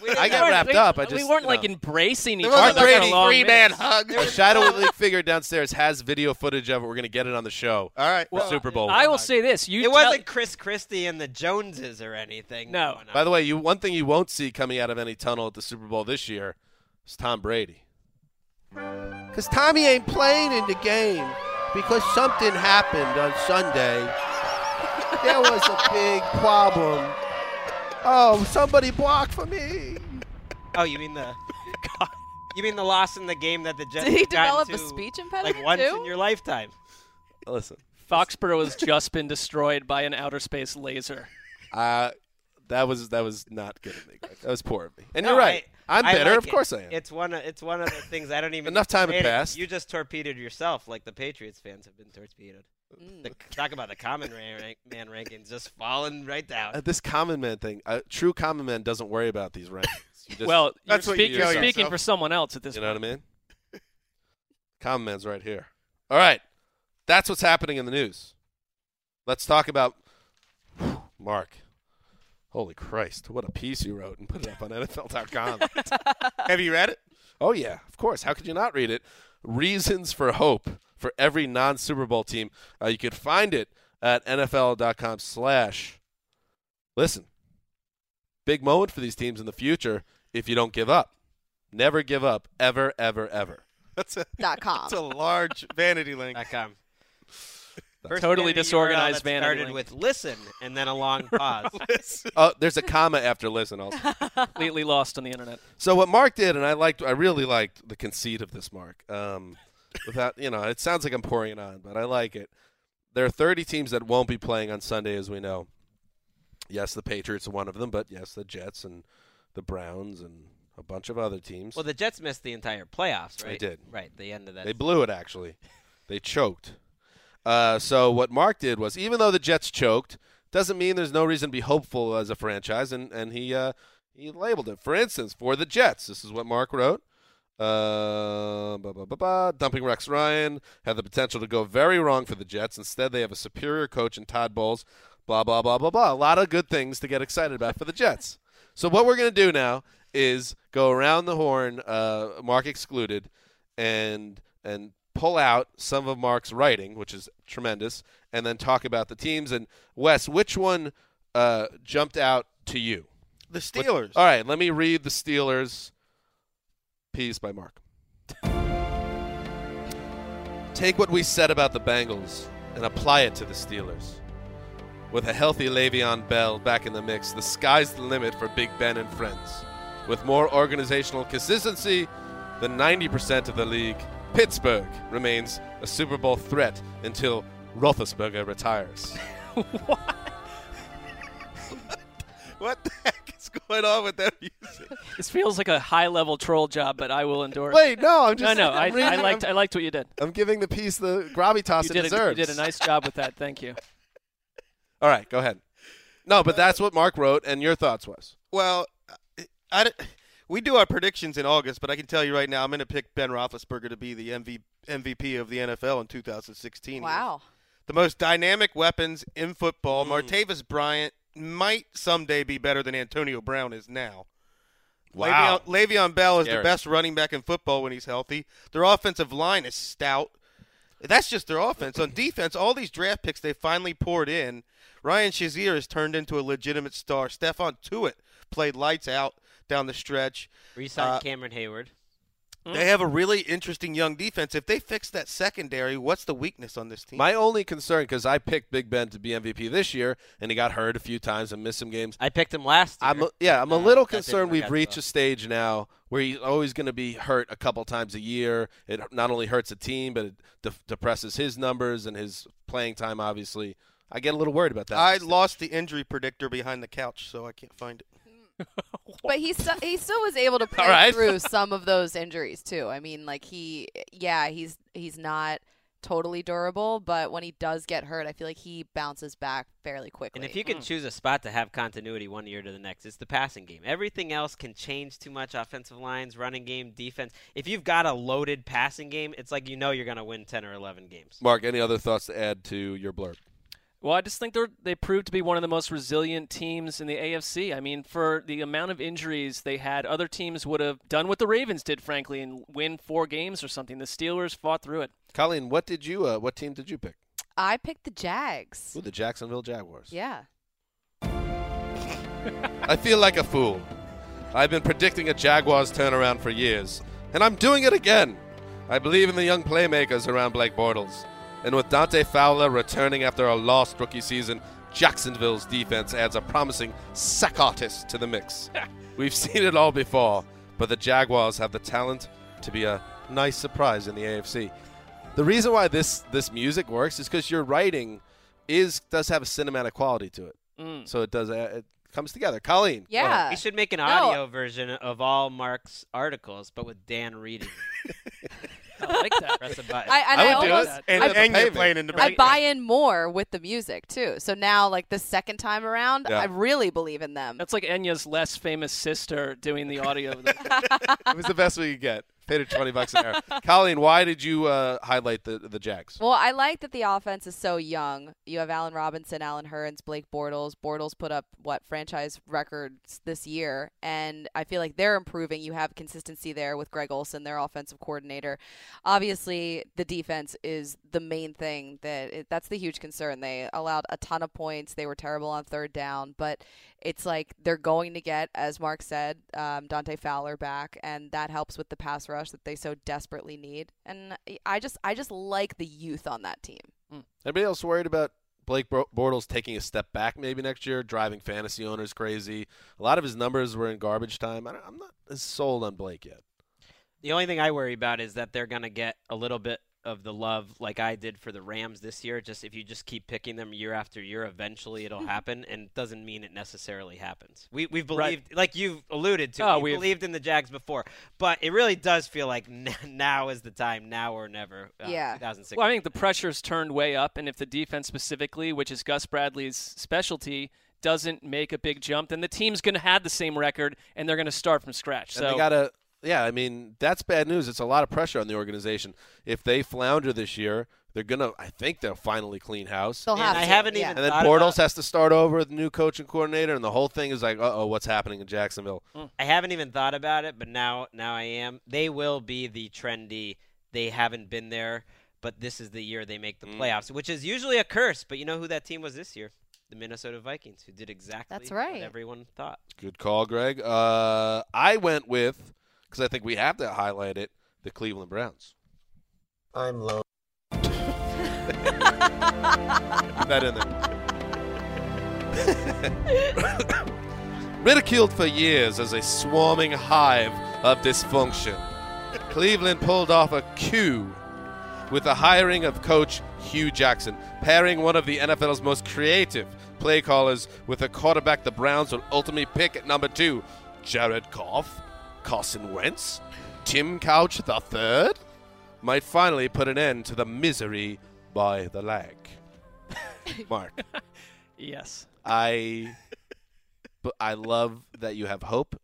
Speaker 4: We didn't
Speaker 2: I got
Speaker 4: know it.
Speaker 5: We weren't-
Speaker 2: wrapped
Speaker 5: we-
Speaker 2: up. I
Speaker 5: we
Speaker 2: just,
Speaker 5: weren't
Speaker 2: you
Speaker 5: like
Speaker 2: know.
Speaker 5: embracing each
Speaker 6: There
Speaker 5: other.
Speaker 6: wasn't
Speaker 5: for
Speaker 6: Brady
Speaker 5: long
Speaker 6: three man
Speaker 5: minutes.
Speaker 6: hug.
Speaker 2: A shadow league figure downstairs has video footage of it. We're gonna get it on the show.
Speaker 6: All right.
Speaker 2: for Super Bowl.
Speaker 5: I will say this: you
Speaker 4: It
Speaker 5: tell-
Speaker 4: wasn't Chris Christie and the Joneses or anything.
Speaker 5: No.
Speaker 4: going on.
Speaker 2: By the way, you one thing you won't see coming out of any tunnel at the Super Bowl this year is Tom Brady. Cause Tommy ain't playing in the game because something happened on Sunday. there was a big problem. Oh, somebody blocked for me.
Speaker 4: oh, you mean the you mean the loss in the game that the Jets
Speaker 3: Did he
Speaker 4: have gotten
Speaker 3: develop
Speaker 4: to,
Speaker 3: a speech impediment
Speaker 4: like once
Speaker 3: too?
Speaker 4: in your lifetime?
Speaker 2: Listen,
Speaker 5: Foxborough has just been destroyed by an outer space laser.
Speaker 2: uh, that was that was not good of me. Greg. That was poor of me. And
Speaker 4: No,
Speaker 2: you're right.
Speaker 4: I,
Speaker 2: am bitter.
Speaker 4: I like
Speaker 2: of course
Speaker 4: it.
Speaker 2: I am.
Speaker 4: It's one. Of, it's one of the things I don't even.
Speaker 2: Enough time had
Speaker 4: Man,
Speaker 2: passed.
Speaker 4: You just torpedoed yourself, like the Patriots fans have been torpedoed.
Speaker 3: Mm. Hmm.
Speaker 4: The, talk about the common ra- rank, man rankings just falling right
Speaker 2: Uh,
Speaker 4: down.
Speaker 2: this common man thing. Uh, true common man doesn't worry about these rankings. You just-
Speaker 5: well,
Speaker 6: That's
Speaker 5: you're,
Speaker 6: what you
Speaker 5: speak-
Speaker 6: do
Speaker 5: you're
Speaker 6: yourself.
Speaker 5: speaking for someone else at this
Speaker 2: You know
Speaker 5: point.
Speaker 2: what I mean? Common man's right here. All right. That's what's happening in the news. Let's talk about Mark. Holy Christ, what a piece you wrote and put it up on NFL.com.
Speaker 6: Have you read it?
Speaker 2: oh, yeah, of course. How could you not read it? Reasons for Hope for every non Super Bowl team. Uh, you could find it at NFL.com slash. Listen, big moment for these teams in the future if you don't give up. Never give up, ever, ever, ever.
Speaker 6: That's a
Speaker 3: Dot com.
Speaker 6: that's a large vanity link.
Speaker 4: Dot com. First
Speaker 5: Totally
Speaker 4: vanity URL
Speaker 5: disorganized
Speaker 4: that
Speaker 5: vanity
Speaker 4: Started
Speaker 5: link.
Speaker 4: with listen and then a long pause.
Speaker 2: Oh, there's a comma after listen also.
Speaker 5: Completely lost on the internet.
Speaker 2: So what Mark did, and I liked, I really liked the conceit of this, Mark. Um, without, you know, it sounds like I'm pouring it on, but I like it. There are 30 teams that won't be playing on Sunday, as we know. Yes, the Patriots are one of them, but yes, the Jets and the Browns and a bunch of other teams.
Speaker 4: well, the Jets missed the entire playoffs,
Speaker 2: They
Speaker 4: right?
Speaker 2: did.
Speaker 4: Right, the end of that.
Speaker 2: They blew it actually. They choked. Uh, so what Mark did was, even though the Jets choked, doesn't mean there's no reason to be hopeful as a franchise. And and he uh, he labeled it. For instance, for the Jets, this is what Mark wrote. Uh, ba, ba, ba, ba, dumping Rex Ryan had the potential to go very wrong for the Jets. Instead, they have a superior coach in Todd Bowles. Blah blah blah blah blah. A lot of good things to get excited about for the Jets. So what we're gonna do now is go around the horn, uh, Mark excluded, and and pull out some of Mark's writing, which is tremendous, and then talk about the teams. And Wes, which one uh, jumped out to you?
Speaker 6: The Steelers.
Speaker 2: All right, let me read the Steelers piece by Mark. Take what we said about the Bengals and apply it to the Steelers. With a healthy Le'Veon Bell back in the mix, the sky's the limit for Big Ben and friends. With more organizational consistency than 90% of the league, Pittsburgh remains a Super Bowl threat until Roethlisberger retires.
Speaker 6: What the heck is going on with that music?
Speaker 5: This feels like a high-level troll job, but I will endure. it.
Speaker 2: Wait, no, I'm
Speaker 5: no,
Speaker 2: just
Speaker 5: no, I,
Speaker 2: I'm reading-
Speaker 5: I liked I liked what you did.
Speaker 2: I'm giving the piece the gravitas
Speaker 5: You
Speaker 2: it
Speaker 5: did, a, you
Speaker 2: deserves.
Speaker 5: did a nice job with that. Thank you.
Speaker 2: All right, go ahead. No, but that's what Mark wrote, and your thoughts was
Speaker 6: Well, I- I, d- we do our predictions in August, but I can tell you right now, I'm going to pick Ben Roethlisberger to be the MV, MVP of the NFL in 2016. He was
Speaker 3: Wow.
Speaker 6: the most dynamic weapons in football.
Speaker 2: Hmm.
Speaker 6: Martavis Bryant might someday be better than Antonio Brown is now.
Speaker 2: Wow.
Speaker 6: Le'Veon, Le'Veon Bell is
Speaker 2: Scary.
Speaker 6: the best running back in football when he's healthy. Their offensive line is stout. That's just their offense. On defense, all these draft picks they finally poured in. Ryan Shazier has turned into a legitimate star. Stefan Tuitt played lights out down the stretch.
Speaker 4: Resign
Speaker 6: Uh,
Speaker 4: Cameron Hayward.
Speaker 2: Hmm.
Speaker 6: They have a really interesting young defense. If they fix that secondary, what's the weakness on this team?
Speaker 2: My only concern, because I picked Big Ben to be MVP this year, and he got hurt a few times and missed some games.
Speaker 4: I picked him last year.
Speaker 2: I'm a, yeah, I'm a
Speaker 4: Uh,
Speaker 2: little
Speaker 4: that didn't
Speaker 2: concerned
Speaker 4: work out
Speaker 2: we've
Speaker 4: so
Speaker 2: reached
Speaker 4: well.
Speaker 2: a stage now where he's always going to be hurt a couple times a year. It not only hurts the team, but it de- depresses his numbers and his playing time. Obviously, I get a little worried about that.
Speaker 6: I lost the injury predictor behind the couch, so I can't find it.
Speaker 3: But he still he still was able to play
Speaker 2: right.
Speaker 3: through some of those injuries too. I mean, like he yeah, he's he's not totally durable, but when he does get hurt, I feel like he bounces back fairly quickly.
Speaker 4: And if you can choose a spot to have continuity one year to the next, it's the passing game. Everything else can change too much offensive lines, running game, defense. If you've got a loaded passing game, it's like you know you're going to win 10 or 11 games.
Speaker 2: Mark, any other thoughts to add to your blurb?
Speaker 5: Well, I just think they're they proved to be one of the most resilient teams in the AFC. I mean, for the amount of injuries they had, other teams would have done what the Ravens did, frankly, and win four games or something. The Steelers fought through it.
Speaker 2: Colleen, what did you? Uh, what team did you pick?
Speaker 3: I picked the Jags.
Speaker 2: Ooh, the Jacksonville Jaguars.
Speaker 3: Yeah.
Speaker 2: I feel like a fool. I've been predicting a Jaguars turnaround for years, and I'm doing it again. I believe in the young playmakers around Blake Bortles. And with Dante Fowler returning after a lost rookie season, Jacksonville's defense adds a promising sack artist to the mix. We've seen it all before, but the Jaguars have the talent to be a nice surprise in the AFC. The reason why this, this music works is because your writing is does have a cinematic quality to it.
Speaker 5: Mm.
Speaker 2: So it does. Uh, it comes together. Colleen. go ahead.
Speaker 3: Yeah.
Speaker 4: We should make an
Speaker 3: No.
Speaker 4: audio version of all Mark's articles, but with Dan reading.
Speaker 5: I like that.
Speaker 4: Press a button.
Speaker 3: I and I,
Speaker 5: would do
Speaker 3: almost
Speaker 5: it.
Speaker 6: And,
Speaker 3: I-
Speaker 6: and you're
Speaker 2: pavement.
Speaker 6: playing in the
Speaker 3: I
Speaker 6: back.
Speaker 3: buy in more with the music too. So now like the second time around,
Speaker 2: Yeah.
Speaker 3: I really believe in them.
Speaker 5: That's like Enya's less famous sister doing the audio. of the-
Speaker 2: it was the best we could get. Paid her twenty bucks an hour. Colleen, why did you uh, highlight the the Jags?
Speaker 3: Well, I like that the offense is so young. You have Allen Robinson, Allen Hearns, Blake Bortles. Bortles put up what franchise records this year, and I feel like they're improving. You have consistency there with Greg Olson, their offensive coordinator. Obviously, the defense is the main thing that it, that's the huge concern. They allowed a ton of points. They were terrible on third down, but it's like they're going to get, as Mark said, um, Dante Fowler back, and that helps with the pass rush that they so desperately need. And I just, I just like the youth on that team.
Speaker 2: Anybody else worried about Blake Bro- Bortles taking a step back maybe next year, driving fantasy owners crazy? A lot of his numbers were in garbage time. I don't, I'm not as sold on Blake yet.
Speaker 4: The only thing I worry about is that they're going to get a little bit of the love like I did for the Rams this year. Just if you just keep picking them year after year, eventually it'll
Speaker 5: Mm-hmm.
Speaker 4: happen, and it doesn't mean it necessarily happens. We we've
Speaker 5: Right.
Speaker 4: believed, like you've alluded to,
Speaker 5: Oh,
Speaker 4: we
Speaker 5: we've-
Speaker 4: believed in the Jags before, but it really does feel like n- now is the time, now or never. Uh,
Speaker 3: Yeah.
Speaker 4: 2006.
Speaker 5: Well, I think the pressure's turned way up, and if the defense specifically, which is Gus Bradley's specialty, doesn't make a big jump, then the team's going to have the same record, and they're going to start from scratch.
Speaker 2: and
Speaker 5: so
Speaker 2: they gotta yeah i mean that's bad news it's a lot of pressure on the organization if they flounder this year they're gonna i think they'll finally clean house
Speaker 3: They'll
Speaker 4: And
Speaker 3: have
Speaker 4: I
Speaker 3: to,
Speaker 4: haven't
Speaker 3: yeah.
Speaker 4: even-
Speaker 2: and then
Speaker 4: thought
Speaker 2: Bortles
Speaker 4: about-
Speaker 2: has to start over with a new coach and coordinator, and the whole thing is like, uh oh, what's happening in Jacksonville?
Speaker 4: I haven't even thought about it, but now now I am. They will be the trendy. They haven't been there, but this is the year they make the
Speaker 2: Mm.
Speaker 4: playoffs, which is usually a curse. But you know who that team was this year? The Minnesota Vikings, who did exactly
Speaker 3: That's right.
Speaker 4: what everyone thought.
Speaker 2: Good call, Greg. Uh, I went with because I think we have to highlight it the Cleveland Browns.
Speaker 8: I'm lonely.
Speaker 2: Put that in there. Ridiculed for years as a swarming hive of dysfunction, Cleveland pulled off a coup with the hiring of coach Hugh Jackson, pairing one of the NFL's most creative play callers with a quarterback the Browns would ultimately pick at number two, Jared Goff, Carson Wentz, Tim Couch III, might finally put an end to the misery by the lag. Mark.
Speaker 5: yes,
Speaker 2: I but I love that you have hope.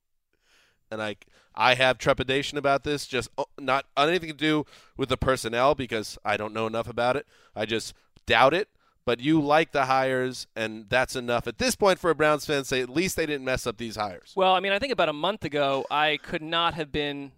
Speaker 2: And I I have trepidation about this oh, just o- not anything to do with the personnel because I don't know enough about it. I just doubt it, but you like the hires, and that's enough at this point for a Browns fan. to Say at least they didn't mess up these hires.
Speaker 5: Well, I mean, I think about a month ago, I could not have been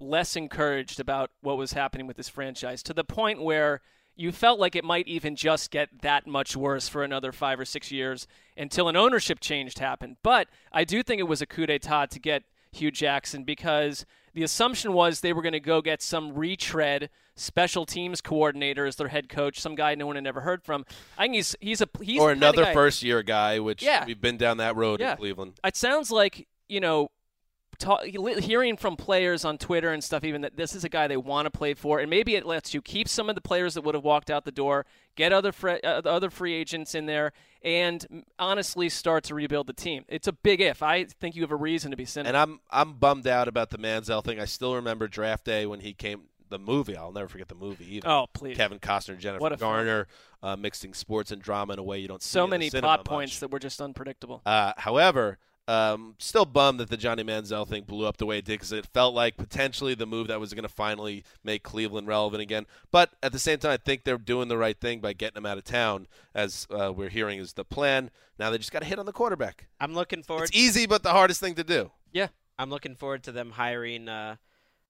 Speaker 5: less encouraged about what was happening with this franchise to the point where you felt like it might even just get that much worse for another five or six years until an ownership change happened. But I do think it was a coup d'etat to get Hugh Jackson because the assumption was they were going to go get some retread special teams coordinator as their head coach, some guy no one had ever heard from. I think he's he's a he's
Speaker 2: or
Speaker 5: the kinda
Speaker 2: another
Speaker 5: guy-
Speaker 2: first year guy, which
Speaker 5: Yeah.
Speaker 2: we've been down that road
Speaker 5: Yeah.
Speaker 2: in Cleveland.
Speaker 5: It sounds like you know, ta- li- hearing from players on Twitter and stuff, even that this is a guy they want to play for, and maybe it lets you keep some of the players that would have walked out the door, get other fre- uh, other free agents in there, and mm, honestly start to rebuild the team. It's a big if. I think you have a reason to be cynical.
Speaker 2: And I'm I'm bummed out about the Manziel thing. I still remember draft day when he came. The movie, I'll never forget the movie either.
Speaker 5: Oh, please.
Speaker 2: Kevin Costner and Jennifer
Speaker 5: What a film.
Speaker 2: Garner uh, mixing sports and drama in a way you don't see.
Speaker 5: so
Speaker 2: in the
Speaker 5: many
Speaker 2: cinema
Speaker 5: plot
Speaker 2: much.
Speaker 5: points that were just unpredictable.
Speaker 2: Uh, however, um, still bummed that the Johnny Manziel thing blew up the way it did because it felt like potentially the move that was going to finally make Cleveland relevant again. But at the same time, I think they're doing the right thing by getting him out of town, as uh, we're hearing is the plan. Now they just got to hit on the quarterback.
Speaker 4: I'm looking forward.
Speaker 2: It's easy, but the hardest thing to do.
Speaker 4: I'm looking forward to them hiring uh,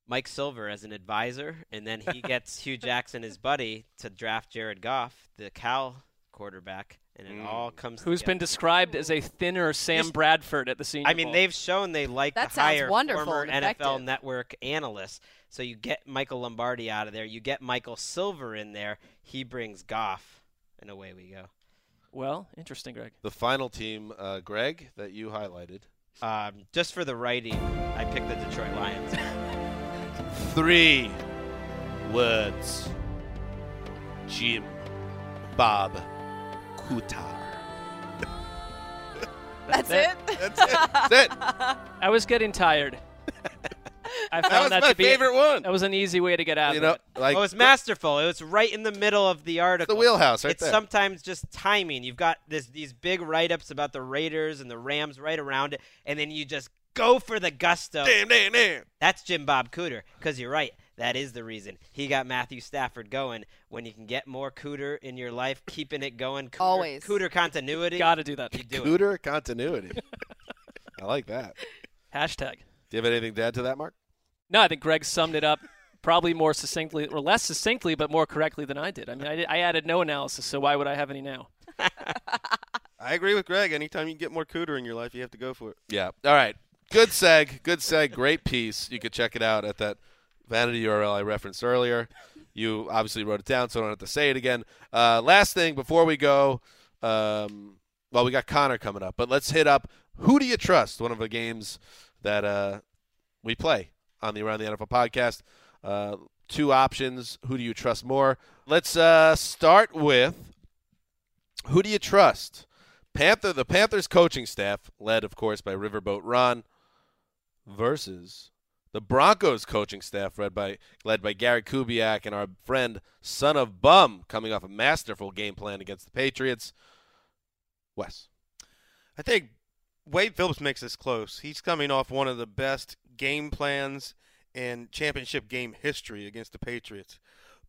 Speaker 4: Mike Silver as an advisor, and then he gets Hugh Jackson, his buddy, to draft Jared Goff, the Cal quarterback, and it all comes.
Speaker 5: Who's been
Speaker 4: together.
Speaker 5: described as a thinner Sam
Speaker 4: Just-
Speaker 5: Bradford at the Senior
Speaker 4: I mean,
Speaker 5: Bowl.
Speaker 4: they've shown they like
Speaker 3: That
Speaker 4: to
Speaker 3: sounds
Speaker 4: hire
Speaker 3: wonderful
Speaker 4: former
Speaker 3: and effective.
Speaker 4: NFL Network analysts. So you get Michael Lombardi out of there, you get Michael Silver in there, he brings Goff, and away we go.
Speaker 5: well, interesting, Greg.
Speaker 2: The final team, uh, Greg, that you highlighted.
Speaker 4: Um, just for the writing, I picked the Detroit Lions.
Speaker 2: Three words. Jim Bob Kutar.
Speaker 3: That's
Speaker 5: That-
Speaker 3: it.
Speaker 2: That's it. That's it.
Speaker 5: I was getting tired. I
Speaker 2: That was
Speaker 5: found that,
Speaker 2: my
Speaker 5: to be
Speaker 2: favorite one.
Speaker 5: That was an easy way to get out.
Speaker 2: you
Speaker 5: of
Speaker 2: know,
Speaker 5: it.
Speaker 2: like
Speaker 4: oh, it's masterful. It was right in the middle of the article.
Speaker 2: the wheelhouse right
Speaker 4: it's
Speaker 2: there.
Speaker 4: sometimes just timing. You've got this these big write ups about the Raiders and the Rams right around it, and then you just go for the gusto.
Speaker 2: damn, damn, damn.
Speaker 4: That's Jim Bob Cooter, because you're right. That is the reason he got Matthew Stafford going. When you can get more Cooter in your life, keeping it going. Cooter,
Speaker 3: Always.
Speaker 4: Cooter continuity.
Speaker 5: Got to do that.
Speaker 4: You do it.
Speaker 2: Cooter continuity. I like that.
Speaker 5: Hashtag.
Speaker 2: Do you have anything to add to that, Mark?
Speaker 5: No, I think Greg summed it up probably more succinctly, or less succinctly, but more correctly than I did. I mean, I, did- I added no analysis, so why would I have any now?
Speaker 6: I agree with Greg. Anytime you can get more cooter in your life, you have to go for it.
Speaker 2: Yeah. All right. Good seg. Good seg. Great piece. You could check it out at that vanity URL I referenced earlier. You obviously wrote it down, so I don't have to say it again. Uh, last thing before we go, um, well, we got Connor coming up, but let's hit up Who Do You Trust? One of the games that uh, we play on the Around the NFL podcast. Uh, two options. Who do you trust more? Let's uh, start with Who Do You Trust? Panther, the Panthers coaching staff, led of course by Riverboat Ron, versus the Broncos coaching staff, led by led by Gary Kubiak and our friend Son of Bum, coming off a masterful game plan against the Patriots. Wes,
Speaker 6: I think Wade Phillips makes this close. He's coming off one of the best game plans in championship game history against the Patriots.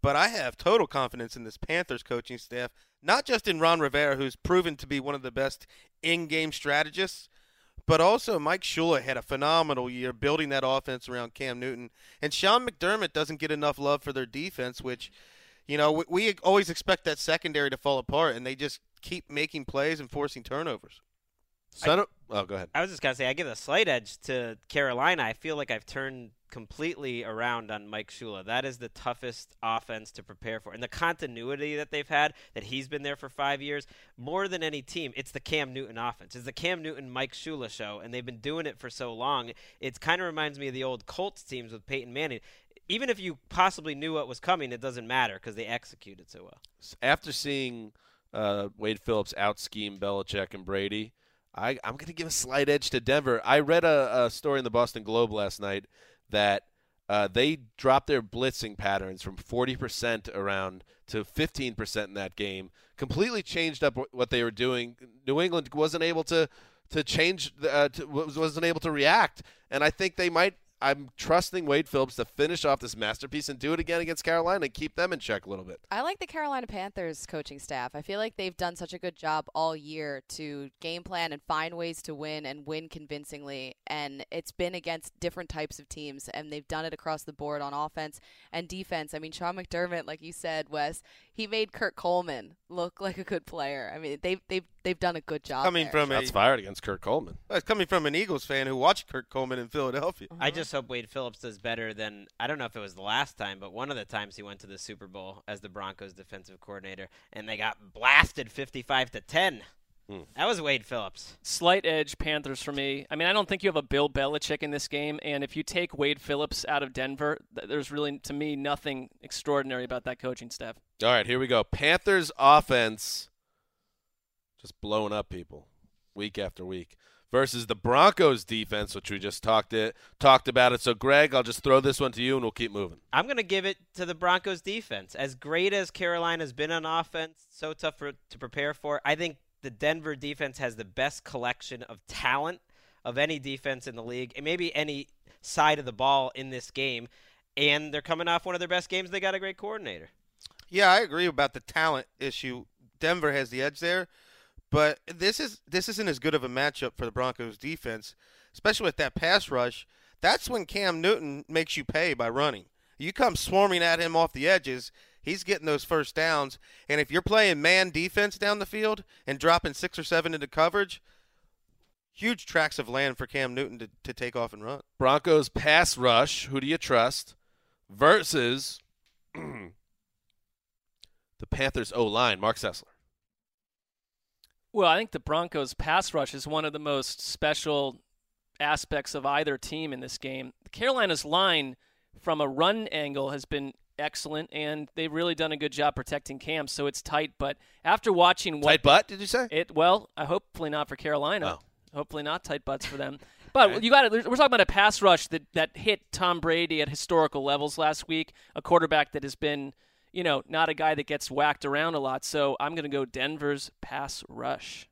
Speaker 6: But I have total confidence in this Panthers coaching staff, not just in Ron Rivera, who's proven to be one of the best in game strategists, but also Mike Shula had a phenomenal year building that offense around Cam Newton. And Sean McDermott doesn't get enough love for their defense, which you know, we, we always expect that secondary to fall apart, and they just keep making plays and forcing turnovers.
Speaker 2: Son of oh, go ahead.
Speaker 4: I was just gonna say I give a slight edge to Carolina. I feel like I've turned completely around on Mike Shula. That is the toughest offense to prepare for, and the continuity that they've had that he's been there for five years more than any team. It's the Cam Newton offense. It's the Cam Newton Mike Shula show, and they've been doing it for so long. It kind of reminds me of the old Colts teams with Peyton Manning. Even if you possibly knew what was coming, it doesn't matter because they executed so well.
Speaker 2: After seeing uh, Wade Phillips out scheme Belichick and Brady, I, I'm going to give a slight edge to Denver. I read a, a story in the Boston Globe last night that uh, they dropped their blitzing patterns from 40% around to 15% in that game. Completely changed up wh- what they were doing. New England wasn't able to to change the, uh, to, was- wasn't able to react, and I think they might. I'm trusting Wade Phillips to finish off this masterpiece and do it again against Carolina and keep them in check a little bit.
Speaker 3: I like the Carolina Panthers coaching staff. I feel like they've done such a good job all year to game plan and find ways to win and win convincingly. And it's been against different types of teams, and they've done it across the board on offense and defense. I mean, Sean McDermott, like you said, Wes, he made Kirk Coleman look like a good player. I mean, they've they've they've done a good job.
Speaker 6: Coming
Speaker 3: there.
Speaker 6: from a
Speaker 2: That's fired against Kurt Coleman.
Speaker 6: Well, it's coming from an Eagles fan who watched Kirk Coleman in Philadelphia.
Speaker 4: I just hope Wade Phillips does better than I don't know if it was the last time, but one of the times he went to the Super Bowl as the Broncos defensive coordinator and they got blasted 55 to 10. That was Wade Phillips.
Speaker 5: Slight edge Panthers for me. I mean, I don't think you have a Bill Belichick in this game, and if you take Wade Phillips out of Denver, th- there's really to me nothing extraordinary about that coaching staff.
Speaker 2: All right, here we go. Panthers offense just blowing up people week after week versus the Broncos defense, which we just talked it talked about it. So Greg, I'll just throw this one to you and we'll keep moving.
Speaker 4: I'm going to give it to the Broncos defense. As great as Carolina's been on offense, so tough for, to prepare for. I think the Denver defense has the best collection of talent of any defense in the league, and maybe any side of the ball in this game. And they're coming off one of their best games. They got a great coordinator.
Speaker 6: Yeah, I agree about the talent issue. Denver has the edge there, but this is this isn't as good of a matchup for the Broncos defense, especially with that pass rush. That's when Cam Newton makes you pay by running. You come swarming at him off the edges, he's getting those first downs, and if you're playing man defense down the field and dropping six or seven into coverage, huge tracts of land for Cam Newton to, to take off and run.
Speaker 2: Broncos pass rush, who do you trust? Versus the Panthers O line, Mark Sessler.
Speaker 5: Well, I think the Broncos pass rush is one of the most special aspects of either team in this game. Carolina's line from a run angle has been excellent and they've really done a good job protecting Cam, so it's tight, but after watching what
Speaker 2: Tight butt, did you say?
Speaker 5: It well, I hopefully not for Carolina.
Speaker 2: Oh.
Speaker 5: Hopefully not tight butts for them. But you got it. We're talking about a pass rush that that hit Tom Brady at historical levels last week. A quarterback that has been, you know, not a guy that gets whacked around a lot. So I'm going to go Denver's pass rush.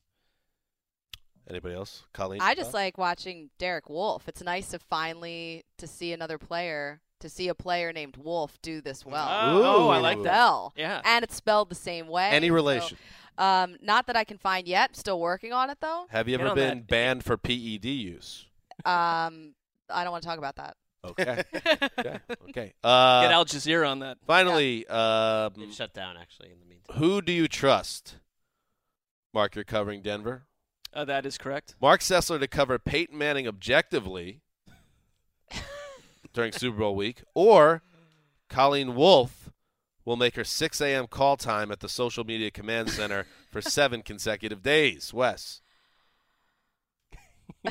Speaker 2: Anybody else? Colleen?
Speaker 3: I just like watching Derek Wolf. It's nice to finally to see another player, to see a player named Wolf do this well.
Speaker 4: Oh,
Speaker 2: Ooh.
Speaker 4: I like that.
Speaker 3: Bell.
Speaker 5: Yeah.
Speaker 3: And it's spelled the same way.
Speaker 2: Any
Speaker 3: so-
Speaker 2: relation?
Speaker 3: um, not that I can find yet. Still working on it though.
Speaker 2: Have you
Speaker 5: Get
Speaker 2: ever
Speaker 5: on
Speaker 2: been
Speaker 5: that.
Speaker 2: banned for PED use?
Speaker 3: Um, I don't want to talk about that.
Speaker 2: Okay. okay. Okay. Uh,
Speaker 5: Get Al Jazeera on that.
Speaker 2: Finally, um,
Speaker 4: They've shut down actually in the meantime.
Speaker 2: who do you trust? Mark, you're covering Denver.
Speaker 5: Uh, that is correct.
Speaker 2: Mark Sessler to cover Peyton Manning objectively during Super Bowl week, or Colleen Wolf will make her 6 a.m. call time at the Social Media Command Center for seven consecutive days. Wes,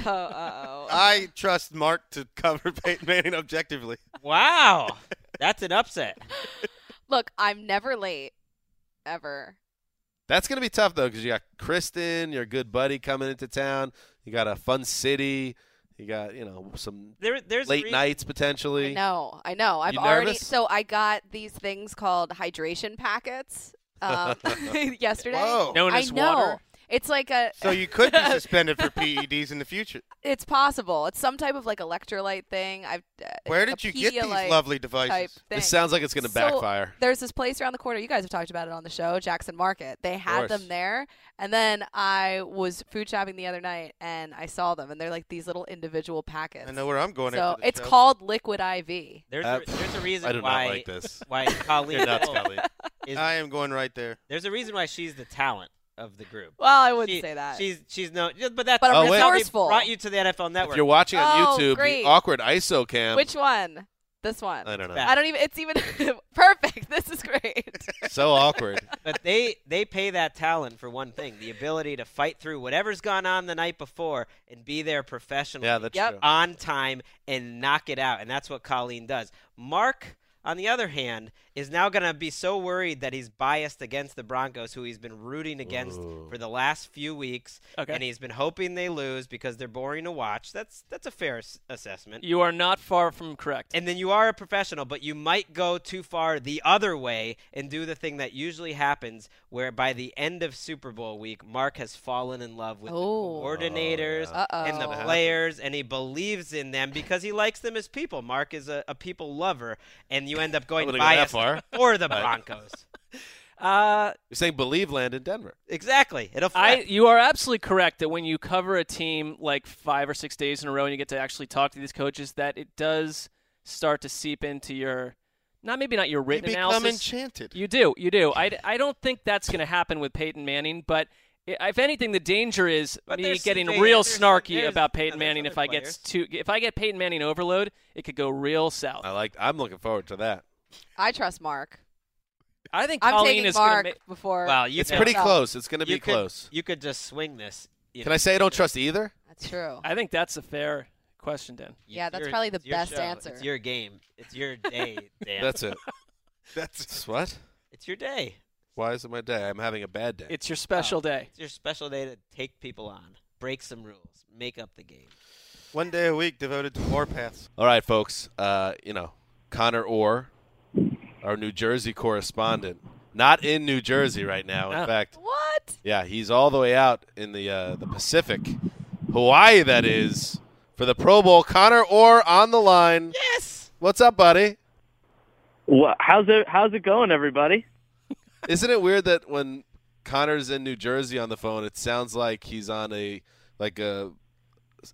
Speaker 3: Oh, uh-oh.
Speaker 6: I trust Mark to cover Peyton Manning objectively.
Speaker 4: Wow, that's an upset.
Speaker 3: Look, I'm never late, ever.
Speaker 2: that's going to be tough though because you got Kristen, your good buddy, coming into town. You got a fun city. You got you know some
Speaker 4: There, there's a
Speaker 2: late
Speaker 4: reason-
Speaker 2: nights potentially.
Speaker 3: No, I know. I've
Speaker 2: You
Speaker 3: already
Speaker 2: nervous?
Speaker 3: so I got these things called hydration packets um, yesterday.
Speaker 6: Whoa.
Speaker 5: Known
Speaker 3: I
Speaker 5: as
Speaker 3: know.
Speaker 5: water.
Speaker 3: It's like a
Speaker 6: So you could be suspended for PEDs in the future.
Speaker 3: It's possible. It's some type of like electrolyte thing. I've uh,
Speaker 6: Where
Speaker 3: a
Speaker 6: did you get these
Speaker 3: Pedialyte
Speaker 6: lovely
Speaker 3: type
Speaker 6: devices?
Speaker 3: thing.
Speaker 2: This sounds like it's going to
Speaker 3: So-
Speaker 2: backfire.
Speaker 3: There's this place around the corner. You guys have talked about it on the show, Jackson Market. They had
Speaker 2: course.
Speaker 3: them there, and then I was food shopping the other night, and I saw them, and they're like these little individual packets.
Speaker 6: I know where I'm going.
Speaker 3: So
Speaker 6: after the
Speaker 3: it's
Speaker 6: show.
Speaker 3: called Liquid IV.
Speaker 4: There's,
Speaker 2: Uh,
Speaker 4: a, there's a reason
Speaker 2: I do
Speaker 4: why
Speaker 2: not like this.
Speaker 4: why Colleen
Speaker 2: You're nuts,
Speaker 4: Wolf
Speaker 2: Colleen.
Speaker 4: is
Speaker 6: I am going right there.
Speaker 4: there's a reason why she's the talent of the group.
Speaker 3: Well, I wouldn't
Speaker 4: She-
Speaker 3: say that.
Speaker 4: She's she's no, yeah, but that's
Speaker 3: But
Speaker 2: I'm
Speaker 4: that's how they
Speaker 3: resourceful.
Speaker 4: Brought you to the NFL
Speaker 2: Oh, If
Speaker 4: Network.
Speaker 2: you're watching on
Speaker 3: Oh,
Speaker 2: YouTube,
Speaker 3: great.
Speaker 2: the awkward ISO
Speaker 6: Um,
Speaker 2: cam.
Speaker 3: Which one? This one.
Speaker 2: I don't know.
Speaker 4: Back.
Speaker 3: I don't even. It's even perfect. This is great.
Speaker 2: So awkward.
Speaker 4: but they they pay that talent for one thing: the ability to fight through whatever's gone on the night before and be there professionally
Speaker 2: Yeah, that's
Speaker 3: Yep.
Speaker 2: true.
Speaker 4: on time and knock it out. And that's what Colleen does. Mark on the other hand, is now going to be so worried that he's biased against the Broncos, who he's been rooting against for the last few weeks,
Speaker 5: Okay.
Speaker 4: and he's been hoping they lose because they're boring to watch. That's that's a fair ass- assessment.
Speaker 5: You are not far from correct.
Speaker 4: And then you are a professional, but you might go too far the other way and do the thing that usually happens, where by the end of Super Bowl week, Mark has fallen in love with
Speaker 3: Oh.
Speaker 4: the coordinators
Speaker 3: Uh oh.
Speaker 4: and the players, and he believes in them because he likes them as people. Mark is a, a people lover, and you end up going
Speaker 2: wouldn't go that
Speaker 4: biased
Speaker 2: far.
Speaker 4: for the
Speaker 2: Right.
Speaker 4: Broncos. Uh,
Speaker 2: You're saying believe land in Denver.
Speaker 4: exactly. It'll.
Speaker 5: I,
Speaker 4: flip.
Speaker 5: you are absolutely correct that when you cover a team like five or six days in a row and you get to actually talk to these coaches, that it does start to seep into your, not maybe not your
Speaker 6: You
Speaker 5: written
Speaker 6: become
Speaker 5: analysis.
Speaker 6: enchanted.
Speaker 5: You do, you do. I, I don't think that's going to happen with Peyton Manning, but i- if anything, the danger is
Speaker 4: But
Speaker 5: me
Speaker 4: there's
Speaker 5: getting
Speaker 4: CJ,
Speaker 5: real
Speaker 4: there's-
Speaker 5: snarky
Speaker 4: there's-
Speaker 5: about
Speaker 4: and
Speaker 5: Peyton
Speaker 4: there's
Speaker 5: Manning
Speaker 4: other
Speaker 5: if I get
Speaker 4: players.
Speaker 5: too, if I get Peyton Manning overload, it could go real south.
Speaker 4: Oh.
Speaker 2: I like. I'm looking forward to that.
Speaker 3: I trust Mark.
Speaker 5: I think
Speaker 3: I'm
Speaker 5: Colleen
Speaker 3: taking
Speaker 5: is
Speaker 3: Mark
Speaker 5: going to.
Speaker 3: before.
Speaker 4: Well, you
Speaker 2: It's
Speaker 4: could-
Speaker 2: pretty
Speaker 3: No.
Speaker 2: close. It's going to
Speaker 4: you
Speaker 2: be
Speaker 4: could-
Speaker 2: close.
Speaker 4: You could just swing this. You-
Speaker 2: Can I say I don't trust either?
Speaker 3: That's true.
Speaker 5: I think that's a fair question, Dan.
Speaker 4: It's
Speaker 3: Yeah, that's
Speaker 4: your-
Speaker 3: probably the
Speaker 4: it's your
Speaker 3: best
Speaker 4: show.
Speaker 3: answer.
Speaker 4: It's your game. It's your day, Dan.
Speaker 2: That's it.
Speaker 6: That's
Speaker 2: It's what?
Speaker 4: it's your day.
Speaker 2: Why is it my day? I'm having a bad day.
Speaker 5: It's your special day.
Speaker 4: It's your special day to take people on, break some rules, make up the game.
Speaker 6: one day a week devoted to war paths.
Speaker 2: All right, folks. Uh, you know, Connor Orr, our New Jersey correspondent, not in New Jersey right now. In
Speaker 5: Oh.
Speaker 2: fact,
Speaker 3: what?
Speaker 2: yeah, he's all the way out in the uh, the Pacific, Hawaii. That is for the Pro Bowl. Connor Orr on the line.
Speaker 4: Yes.
Speaker 2: What's up, buddy?
Speaker 10: Well, how's it how's it going, everybody?
Speaker 2: Isn't it weird that when Connor's in New Jersey on the phone, it sounds like he's on a like a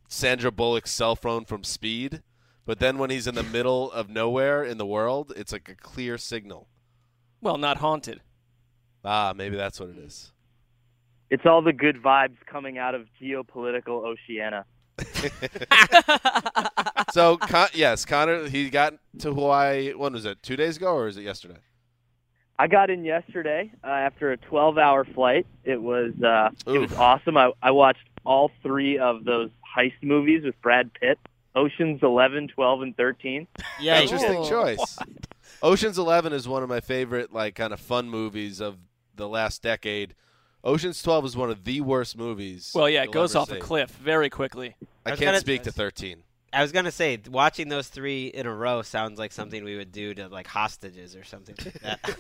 Speaker 2: Sandra Bullock cell phone from Speed, but then when he's in the middle of nowhere in the world, it's like a clear signal.
Speaker 5: Well, not haunted.
Speaker 2: Ah, maybe that's what it is.
Speaker 10: It's all the good vibes coming out of geopolitical Oceania.
Speaker 2: So, Con- yes, Connor, he got to Hawaii. When was it? Two days ago, or is it yesterday?
Speaker 10: I got in yesterday uh, after a 12-hour flight. It was uh, it was
Speaker 2: Oof.
Speaker 10: awesome. I, I watched all three of those heist movies with Brad Pitt, Ocean's 11, 12, and 13.
Speaker 4: Yeah.
Speaker 2: Interesting
Speaker 3: Ooh.
Speaker 2: choice. Ocean's Eleven is one of my favorite, like, kind of fun movies of the last decade. Ocean's Twelve is one of the worst movies.
Speaker 5: Well, yeah, it
Speaker 2: you'll
Speaker 5: goes
Speaker 2: ever
Speaker 5: off a
Speaker 2: see.
Speaker 5: cliff very quickly.
Speaker 4: I
Speaker 2: I
Speaker 4: was
Speaker 2: can't
Speaker 4: gonna-
Speaker 2: speak to 13.
Speaker 4: I was gonna say watching those three in a row sounds like something we would do to like hostages or something like that.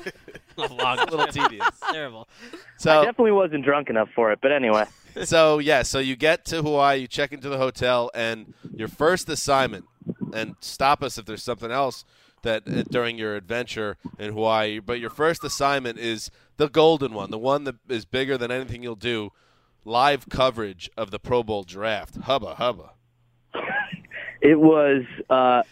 Speaker 4: a long little tedious. Terrible.
Speaker 10: I
Speaker 2: So,
Speaker 10: definitely wasn't drunk enough for it, but anyway.
Speaker 2: so yeah, so you get to Hawaii, you check into the hotel, and your first assignment, and stop us if there's something else that uh, during your adventure in Hawaii, but your first assignment is the golden one, the one that is bigger than anything you'll do, live coverage of the Pro Bowl draft. Hubba hubba.
Speaker 10: It was, uh,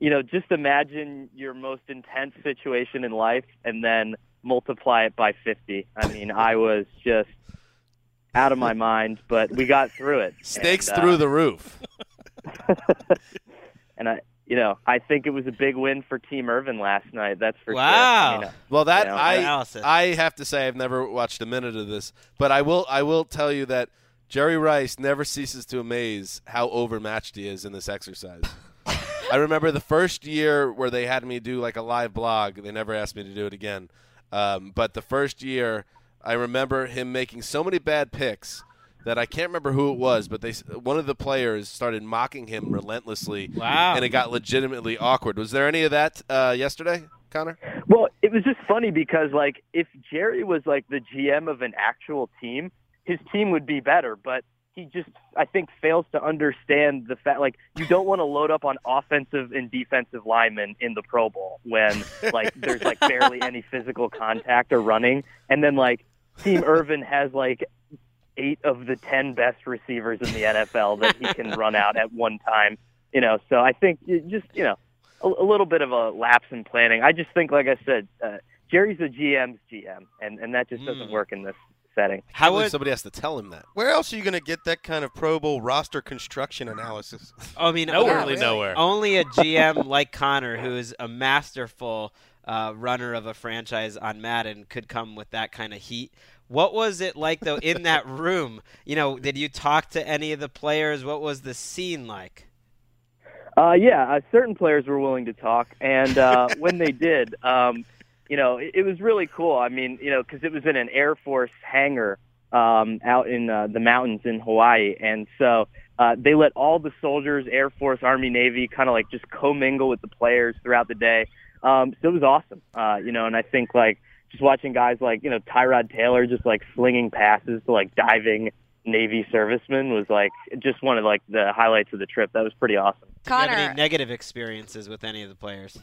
Speaker 10: you know, just imagine your most intense situation in life and then multiply it by 50. I mean, I was just out of my mind, but we got through it.
Speaker 2: Stakes
Speaker 10: And, uh,
Speaker 2: through the roof.
Speaker 10: And I, you know, I think it was a big win for Team Irvin last night. That's for
Speaker 4: Wow.
Speaker 10: sure. I mean,
Speaker 2: Well, that
Speaker 10: Yeah.
Speaker 2: I
Speaker 4: Analysis.
Speaker 2: I have to say I've never watched a minute of this, but I will I will tell you that Jerry Rice never ceases to amaze how overmatched he is in this exercise. I remember the first year where they had me do like a live blog. They never asked me to do it again. Um, but the first year, I remember him making so many bad picks that I can't remember who it was, but they s- one of the players started mocking him relentlessly,
Speaker 4: Wow.
Speaker 2: and it got legitimately awkward. Was there any of that uh, yesterday, Connor?
Speaker 10: Well, it was just funny because like if Jerry was like the GM of an actual team, his team would be better, but he just I think fails to understand the fact like you don't want to load up on offensive and defensive linemen in the Pro Bowl when like there's like barely any physical contact or running and then like Team Irvin has like eight of the 10 best receivers in the NFL that he can run out at one time, you know. So I think it just, you know, a, a little bit of a lapse in planning. I just think, like I said, uh, Jerry's a GM's GM, and, and that just doesn't work in this setting.
Speaker 4: How
Speaker 2: believe
Speaker 4: would?
Speaker 2: somebody has to tell him that?
Speaker 6: Where else are you going to get that kind of Pro Bowl roster construction analysis?
Speaker 4: I mean,
Speaker 5: Nowhere,
Speaker 4: only,
Speaker 5: really.
Speaker 2: nowhere.
Speaker 4: only a GM like Connor, who is a masterful uh, runner of a franchise on Madden, could come with that kind of heat. What was it like though in that room? You know, did you talk to any of the players? What was the scene like?
Speaker 5: Uh, yeah, uh, certain players were willing to talk, and uh, when they did, um, you know, it, it was really cool. I mean, you know, because it was in an Air Force hangar um, out in uh, the mountains in Hawaii, and so uh, they let all the soldiers, Air Force, Army, Navy, kind of like just commingle with the players throughout the day. Um, so it was awesome, uh, you know, and I think like just watching guys like you know Tyrod Taylor just like slinging passes to like diving Navy servicemen was like just one of like the highlights of the trip. That was pretty awesome.
Speaker 4: Do you have any negative experiences with any of the players?